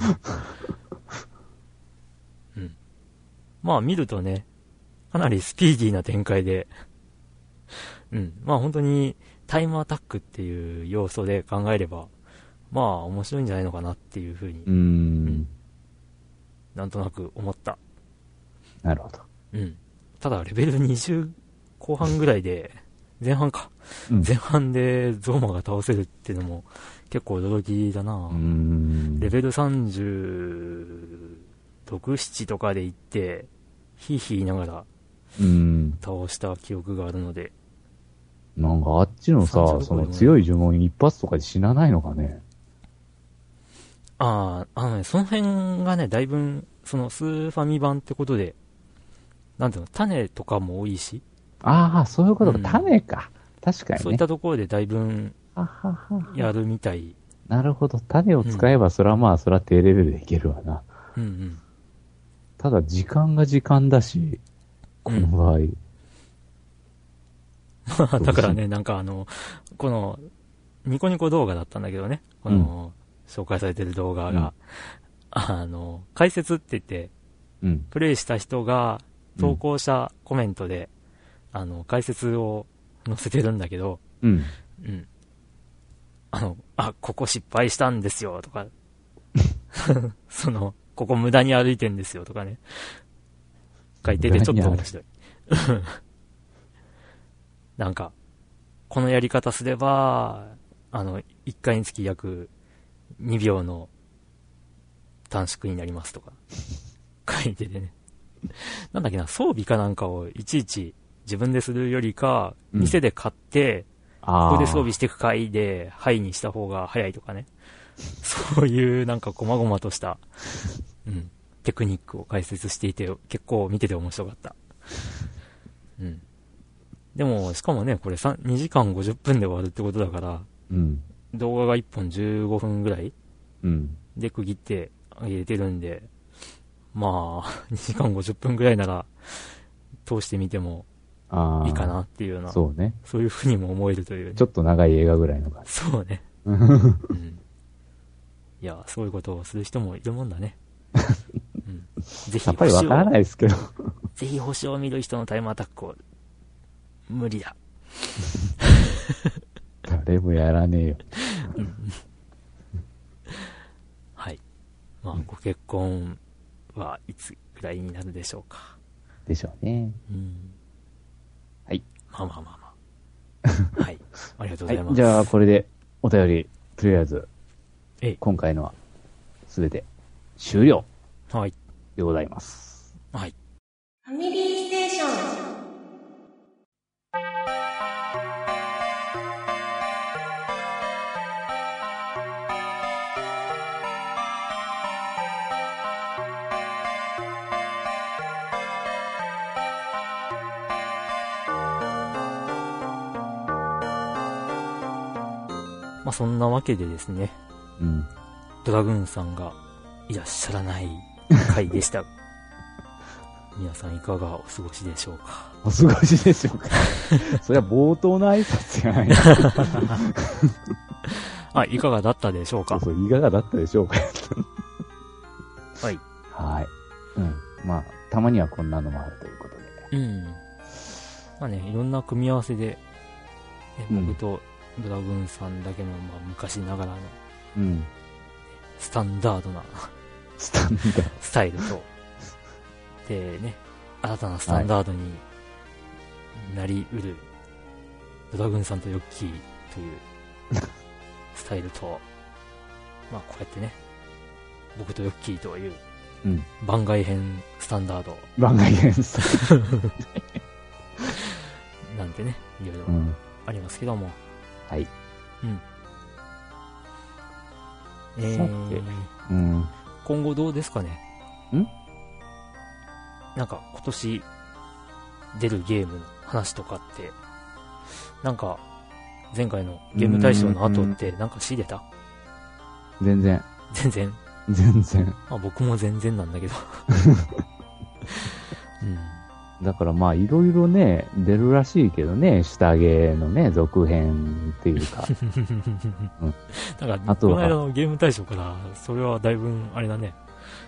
うん。まあ見るとね、かなりスピーディーな展開で、うん。まあ本当にタイムアタックっていう要素で考えれば、まあ面白いんじゃないのかなっていうふうに
うーん。
なんとなく思った。
なるほど。
うん。ただ、レベル20後半ぐらいで、前半か。
うん。
前半でゾーマが倒せるっていうのも結構驚きだな
うー。ん
レベル36、7とかで行って、ヒーヒー言いながら
うん。
倒した記憶があるので、
なんかあっちのさ
30、
その強い呪文一発とかで死なないのかね。
ああ、あのね、その辺がね、だいぶ、そのスーファミ版ってことで、なんていうの、種とかも多いし、
ああ、そういうことか。
うん
種か。確かにね。
そういったところでだいぶ
ははは
やるみたい。
なるほど。種を使えば、それはまあ、それは低レベルでいけるわな。
うんうん。
ただ、時間が時間だし、この場合。
まあだからね、なんかあの、この、ニコニコ動画だったんだけどね、この、紹介されてる動画が、あの、解説って言って、
うん。
プレイした人が、投稿者コメントで、あの、解説を載せてるんだけど、
うん。
うん。あの、あ、ここ失敗したんですよ、とか、その、ここ無駄に歩いてんですよ、とかね、書いてて、ちょっと面白い。 (laughs) なんか、このやり方すれば、あの、1回につき約2秒の短縮になりますとか、 (laughs) 書いててね。なんだっけな、装備かなんかをいちいち自分でするよりか、
うん
店で買って、
ああ。
ここで装備していく回で、はいにした方が早いとかね。そういうなんか細々とした、うん、テクニックを解説していて、結構見てて面白かった。うん。でも、しかもね、これさん2時間50分で終わるってことだから、
うん。
動画が1本15分ぐらい
うん。
で区切って入れてるんで、まあ、2時 (laughs) 間50分ぐらいなら、通してみても
ああ。
いいか。なっていうような、そう
そうね。
いうふうにも思えるというね、
ちょっと長い映画ぐらいの感じ。
そうね。うんいや、そういうことをする人もいるもんだ
(laughs)
ね。うん、ぜ
さ
ひ
っぱりわ
星
から
を
な、いですけど。
ぜひ星を見る人のタイムアタックを、無理だ。
誰もやらねえよ。
はい。まあ、ご結婚はいつぐらいになるでしょうか。
でしょうね。
うん、
はい。
まあまあまあまあ。はい。ありがとうご
(laughs) は
ざいます。
い。じゃあ、これで、お便りとりあえず
ええ、
今回のは、すべて、終了
はい。
でございます。
はい。
ファミリーステーション
まあそんなわけでですね、
うん。
ドラグーンさんがいらっしゃら
(laughs)
ない回でした。皆さんいかがお過ごしでしょうか。
お過ごしでしょ
(laughs)
うかそれは冒頭の挨拶じゃない
はい、いかがだったでしょうか。
そう、いかがだったでしょうか
はい。
はい。うん。まあ、たまにはこんなのもあるということで。
うん。まあね、いろんな組み合わせで、ね
うん
僕とドラグーンさんだけの、まあ、昔ながらの
うん。
スタンダードな (laughs)
スタンダー
スタイル (laughs) と、でね、新たなスタンダードになりうる、ドラグーンさんとヨッキーという (laughs) スタイルと、まあこうやってね、僕とヨッキーという
うん
番外編スタンダード
ド。番外編ス
なんてね、いろいろ
タンダード。うん。
ありますけども。
はい。
うん。え
さて
ー、
うん。
今後どうですかね
ん
なんか今年出るゲームの話とかって、なんか前回のゲーム大賞の後ってなんか仕入れた
全然。
全然。
全然。
まあ僕も全然なんだけ
(laughs)
ど。うん。
だからまあ、いろいろね、出るらしいけどね、下着のね、続編ってい
(laughs)
うか。
なんか、
あと
こ
は
の間のゲーム大賞から、それはだいぶん、あれだね、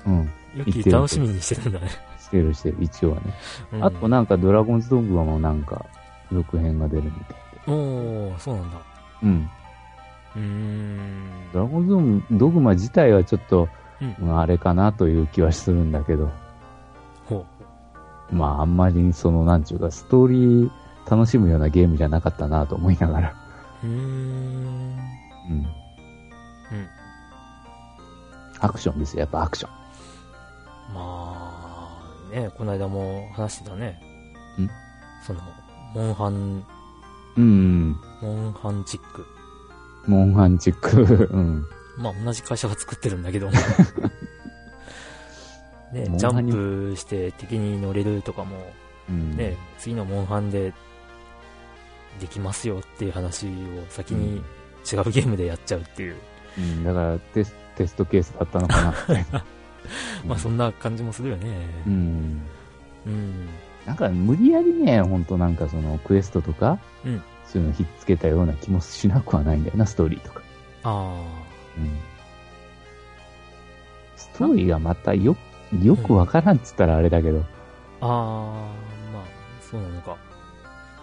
う
よ
ん。言っ
き
てる
楽しみにしてるんだね。
してるしてる、一応はね。
うん
あとなんか、ドラゴンズドグマもなんか、続編が出るみたいで。
おー、そうなんだ。
うん。
うーん。
ドラゴンズドグマ自体はちょっと、
うん
うんあれかなという気はするんだけど、
ほ
まああんまりその、なんちゅうか、ストーリー楽しむようなゲームじゃなかったなと思いながら。
う。うーん。
うん。
うん。
アクションですよ、やっぱアクショ
まあ、ね、この間も話してたね。
ん
その、モンハン、
ン。うん。
モンハンチック。
モンハンチック。 (laughs) うん。
まあ、同じ会社が作ってるんだけ
(laughs)
ど。ね、
モン
ジ
ハン
ャ
に
ンプして敵に乗れるとかも、
うん。
ね、次のモンハンで、できますよっていう話を先に違うゲームでやっちゃうっていう。。
うん、だからテス、テストケースだったのかなみたいな
(laughs) まあ、そんな感じもするよね。
うん。
うん。
なんか無理やりね、ほんとなんかそのクエストとか、
うん
そういうのひっつけたような気もしなくはないんだよな、ストーリーとか。
あ
うんストーリーがまたよ、よくわからんっつったらあれだけど、
あ。ああ、まあ、そうなのか。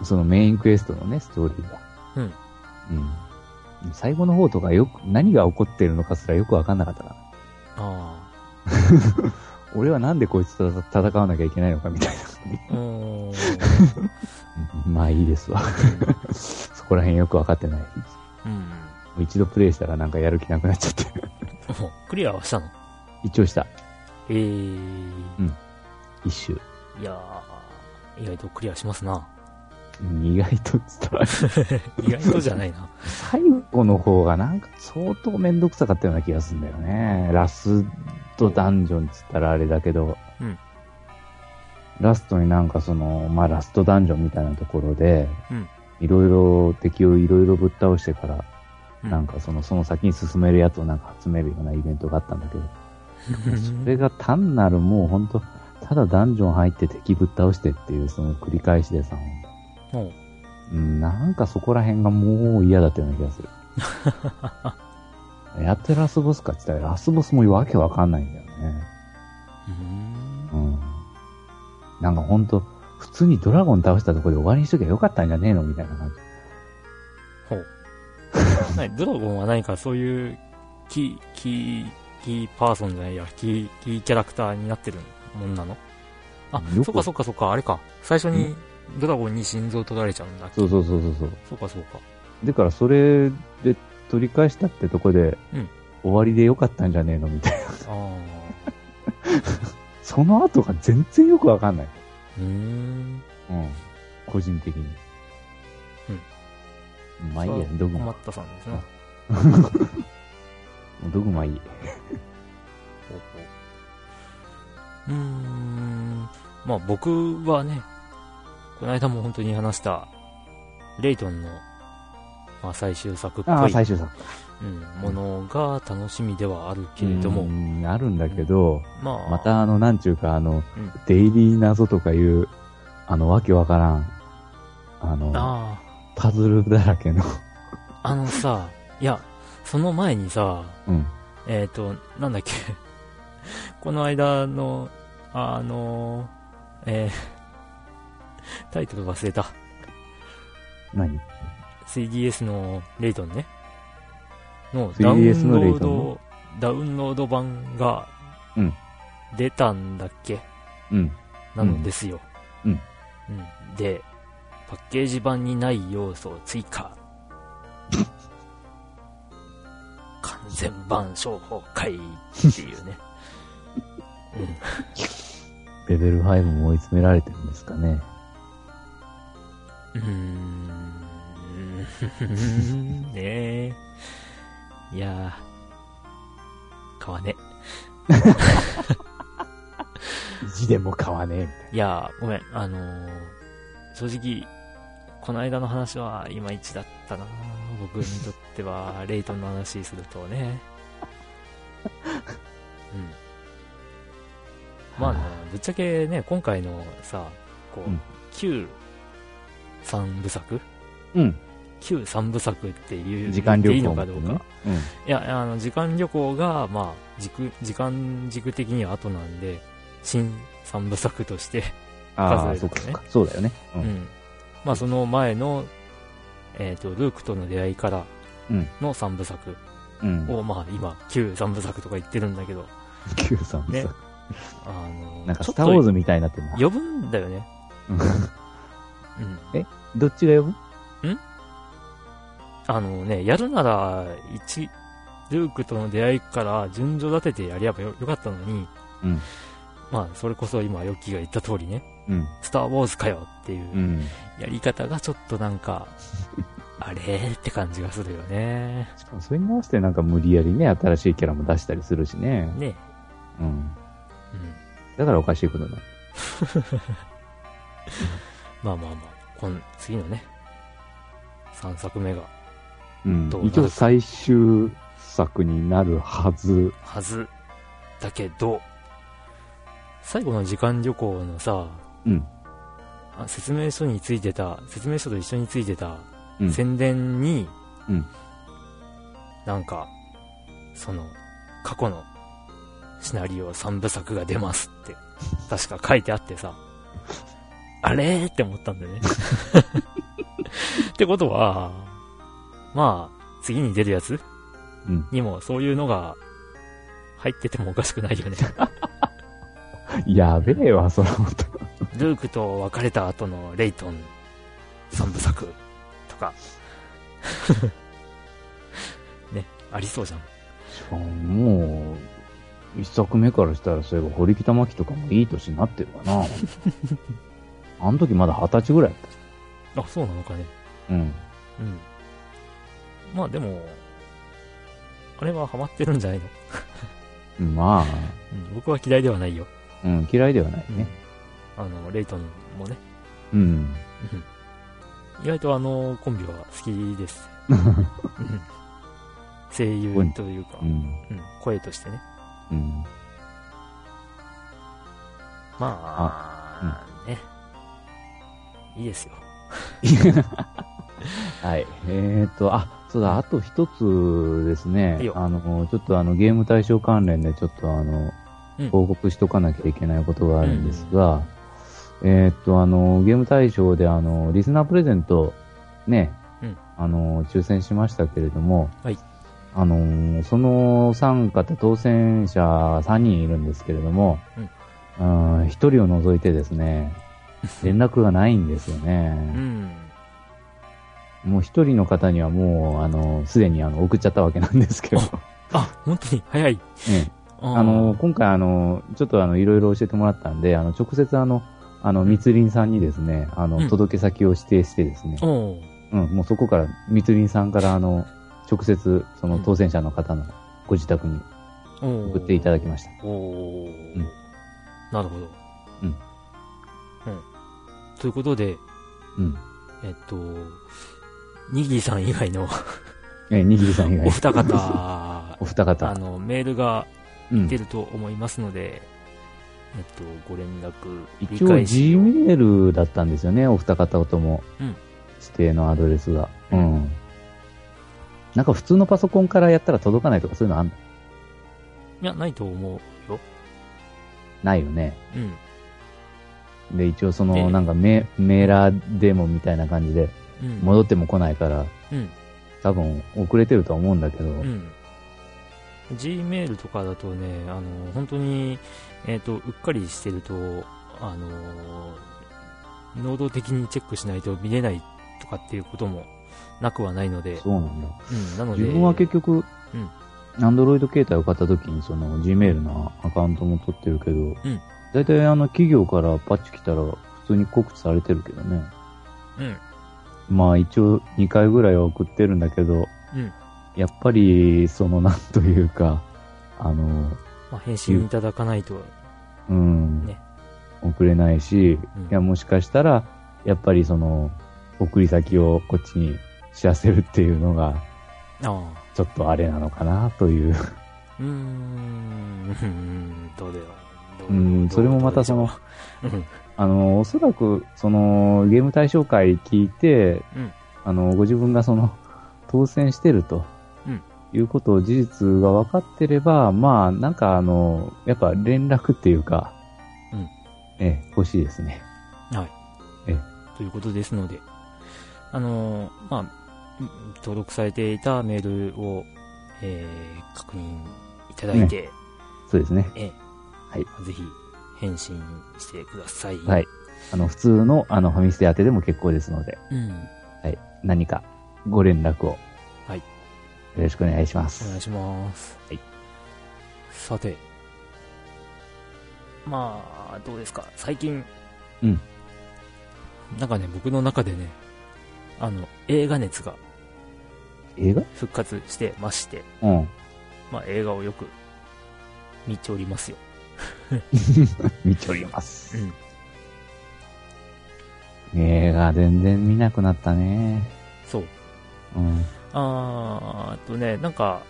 そのメインクエストのね、ストーリーが。
うん
うん。最後の方とかよく、何が起こってるのかすらよくわかんなかったな。
あ
俺はなんでこいつと戦わなきゃいけないのかみたい
あ。う (laughs) ーん。
な。まあいいですわ。そこら辺よくわかってない。も
うん。
う一度プレイしたらなんかやる気なくなっちゃって。
おクリアはしたの
一応した。
えー、
一周。
いやー、意外とクリアしますな。
うん意外とっつったら、
意外とじゃない (laughs) な。
最後の方がなんか相当めんどくさかったような気がするんだよね。ラストダンジョンっつったらあれだけど、
うん
ラストになんかその、まあラストダンジョンみたいなところで、
うん
いろいろ敵をいろいろぶっ倒してから、
うん
なんかそのその先に進めるやつをなんか集めるようなイベントがあったんだけど、それが単なるもうほんと、ただダンジョン入って敵ぶっ倒してっていうその繰り返しでさ、
もう、
うん、なんかそこら辺がもう嫌だったような気がする。 (laughs) やってラスボスかって言ったら、ラスボスもわけわかんないんだよね。
うーん。
うん。なんかほんと、普通にドラゴン倒したところで終わりにしときゃよかったんじゃねえのみたいな感じ。
ほう。ないドラゴンは何かそういう、キー、キー、キーパーソンじゃないや、キー、キーキャラクターになってるもんなのあ
よ、く
そっかそっかそっか、あれか。最初にドラゴンに心臓取られちゃうんだっけ
そうそうそうそうそう。
そうかそうか。
でからそれで取り返したってとこで、
うん
終わりでよかったんじゃねえのみたい (laughs) な。
ああ。
その後が全然よくわかんない。
うーん。
うん。個人的に。うん。まあいいや、ドグ
困
マ
っ。たさんですな。
ドグマいい。
うーん。まあ僕はね、この間も本当に話した、レイトンの、まあ最終作っぽ
ああ、
い、
最終作。
うん、ものが楽しみではあるけれども、
うんあるんだけど、
まあ、
またあの、なんちゅうか、あの、
うん
デイリー謎とかいう、あの、わけわからん、あの、
あ
パズルだらけの、 (laughs)
あ、あのさ、いや、その前にさ、
うん。
えっ、と、なんだっけ、 (laughs) この間の、あの、えータイトル忘れた。
何
3DS のレイトンね。のダウン
3DS のレ
ロー
イトン
ド
の、
ダウンロード版が
うん、
出たんだっけ、
うん。
なのですよ。
うん
うんで、パッケージ版にない要素を追
(laughs)
加。完全版商法会っていう
(laughs)
ね。うん
レベル5も追い詰められてるんですかね。
うーんねえ。いやー、買わね。
意地でも買わねえ、みたい
いやー、ごめん。あのー、正直、この間の話はいまいちだったな僕にとって
(laughs)
は、レイトンの話するとね。うん。まあね、ぶっちゃけね、今回のさ、こう、
うん
旧3部作
うん。
旧3部作っていう、
時間旅
言っていいの
行も
か
ね
どうか。いや、あの、時間旅行が、まあ、軸、時間軸的には後なんで、新三部作として、
ああ、
数え
そう
ると
か
ね
そうか。そうだよね。う。
うんん。まあ、その前の、えっ、と、ルークとの出会いから
うん
の三部作
うん。
を、まあ、今、旧三部作とか言ってるんだけど、
Q さんも
ね
さ、
あの、
なんか
ちょ
ス
っ
ターウォー
と
ズみたいになってるな。
呼ぶんだよね。
うん
うん。
どっちが呼ぶ
あのね、やるなら、1、ルークとの出会いから順序立ててやればよよかったのに、
うん
まあ、それこそ今、ヨッキーが言った通りね、
うん。。
スター・ウォーズかよっていううんやり方がちょっとなんか、あれーって感じがするよね。
しかもそれに合わせてなんか無理やりね、新しいキャラも出したりするしね。
ね。
うん。
うん。
だからおかしいことになる。
まあまあまあ、この次のね、3作目が、
うん
どうなる
一応最終作になるはず。
はず、だけど、最後の時間旅行のさ、
うん
あ説明書についてた、説明書と一緒についてた、
うん
宣伝に、
うん
なんか、その、過去のシナリオ3部作が出ますって、確か書いてあってさ、あれーって思ったんだよね。ってことは、まあ、次に出るやつ
うん
にもそういうのが入っててもおかしくないよね。
やべえわ、そのこと。
ルークと別れた後のレイトン三部作とか。 (laughs) ね、ありそうじゃん。
しかももう、一作目からしたらそういえば堀北真希とかもいい年になってるか (laughs) な。あの時まだ二十歳ぐらいだっ
あ、そうなのかね。
た。うん。
うん。まあでも、あれはハマってるんじゃないの、
まあ、
うん、僕は嫌いではないよ。
うん、嫌いではな
う
い
ん
ね。。
あの、レイトンもね。
うん。
うん意外とあのコンビは好き (laughs) です。うん声優というか
う、ん。
うん、声としてね。
うん。
まあ、ね。いいですよ。
はい。えっ、と、あ、そうだ、あと一つですね
いい。よ
あの、ちょっとあの、ゲーム対象関連でちょっとあの
うん、
報告しとかなきゃいけないことがあるんですが、えっ、と、あの、ゲーム対象であの、リスナープレゼント、ね、
うん
あの、抽選しましたけれども、
はい
あの、その参加と当選者3人いるんですけれども、うん、1人を
(laughs)
除いてですね、連絡がないんですよね。
うん。
うもう一人の方にはもう、あの、すでにあの送っちゃったわけなんで
(laughs)
すけど、
あ、本当に早い。
ええ
あー
あの、今回あの、ちょっとあの、いろいろ教えてもらったんで、あの、直接あの、あの、密林さんにですね、あ
うん
の、届け先を指定してですね、
おう
うん、もうそこから、密林さんからあの、直接、そうの
ん
当選者の方のご自宅に
おう
送っていただきました。
おお、
ん
なるほど。
うん
うんということで、
うん。
えっと、ニギーさん以外の
え、にぎりさん以外
お。
(laughs)
二方、
お二
あ
方。
の、メールが
うん
出。ると思いますので、えっと、ご連絡、
一応、G
を
メールだったんですよね、お二方とも。
うん
指定のアドレスが。うん。なんか普通のパソコンからやったら届かないとかそういうのあん
いや、ないと思うよ。
ないよね。
うん。
で、一応そ
ええ
の、なんかメメーラーデモみたいな感じで、
うん。
戻っても来ないから、
うん。
多分遅れてると思うんだけど、
うん。Gmail とかだとね、あの、本当に、えっ、と、うっかりしてると、あの、能動的にチェックしないと見れないとかっていうこともなくはないので、
そうなんだ。
うん、なので、
自分は結局
うん、
アンドロイド携帯を買った時にその Gmail のアカウントも取ってるけど、
ん
大体あの企業からパッチ来たら普通に告知されてるけどね。
うん、
まあ一応2回ぐらいは送ってるんだけど、
うん
やっぱりそのなんというか、あの、
まあ、返信いただかないと、
うん、
ね
送れないし、
うん
いや、もしかしたら、やっぱりその、送り先をこっちに知らせるっていうのが、
ああ、
ちょっとあれなのかなという。
うーん、うん (laughs) どうだよ。どう
うん
どう
それもまたそのあの、おそらく、その、ゲーム対象会聞いて、
うん
あの、ご自分がその、当選してると、
うん
いうことを事実が分かってれば、まあ、なんかあの、やっぱ連絡っていうか、
うん
ええ、欲しいですね。
ということですので、あのーまあ、ん登録されていたメールを、えー確認いただいて、
そうですね。
え
はい
ーぜひ返信してください。
はい。あの、普通の、あの、ファミステ宛てでも結構ですので、
うん、
何かご連絡を。
はい
よろしくお願いしま
お願い
す。
します。
はい
さて、まあ、どうですか、最近、
うん
なんかね、僕の中でね、あの、映画熱が
映画
復活してまして、
うん。
まあ、映画をよく見ておりますよ。
見ております
う。ん
映画全然見なくなったね。
そう。
うん。
あーあとね、なんか、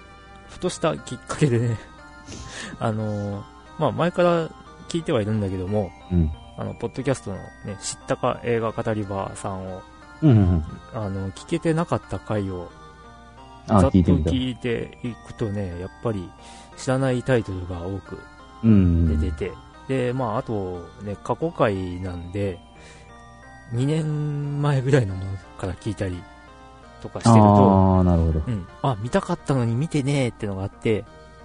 ふとしたきっかけでね、 (laughs) あのーまあ、前から聞いてはいるんだけども、
うん。
あの、ポッドキャストのね、知ったか映画語り場さんを、
うんうんうん。
あの、聞けてなかった回を、
あ、
ざっと
聞いてみた。
聞いていくとね、やっぱり知らないタイトルが多く
うんうんう
出
ん。
てて、で、まあ、あとね、過去回なんで、2年前ぐらいのものから聞いたりとかしてると、
ああ、なるほど。
うん、あ、見たかったのに見てねーってのがあって、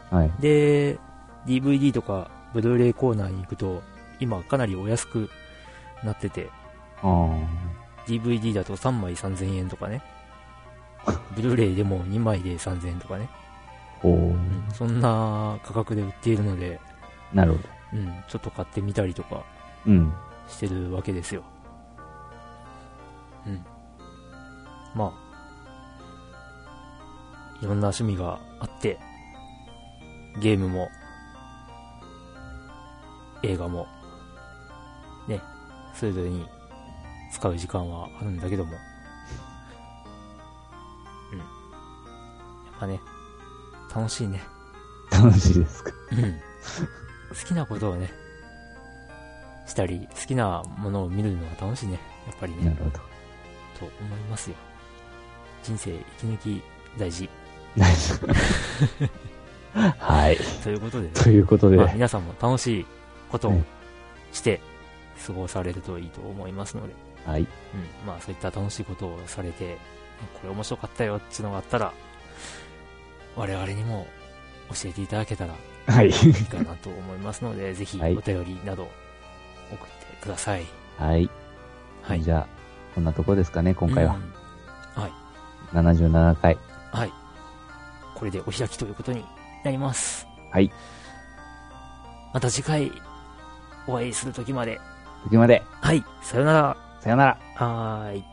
はい。
で、DVD とかブルーレイコーナーに行くと、今かなりお安くなってて、
あ
DVD だと3枚3000円と (laughs) かね、ブルーレイでも2枚で3000円とかね、
あ、ほ
うん
う。
そんな価格で売っているので、
なるほど。
うん、ちょっと買ってみたりとか
うん。
してるわけですよ。うん。まあ、いろんな趣味があって、ゲームも、映画も、ね、それぞれに使う時間はあるんだけども、うん。やっぱね、楽しいね。
楽しいですか。
うん。好きなことをね、したり、好きなものを見るのが楽しいね。やっぱり
な
ね
る、ほど。
と思いますよ。人生息抜き大事。
大丈 (laughs) 夫。はい。
ということで、ね、
ということで
まあ、皆さんも楽しいことを
ね
して過ごされるといいと思いますので、
はい。
うん。まあそういった楽しいことをされて、ねこれ面白かったよっていうのがあったら、我々にも教えていただけたら
はい。
いいかなと思いますので、ぜひ
はい
お便りなど送ってください。
はい。
はい。
じゃあ、こんなとこですかね、今回は。
うんはい。
77回。
はい。これでお開きということになります。
はい。
また次回、お会いするときまで。
時まで、
はい。さよなら。
さよなら。
はーい。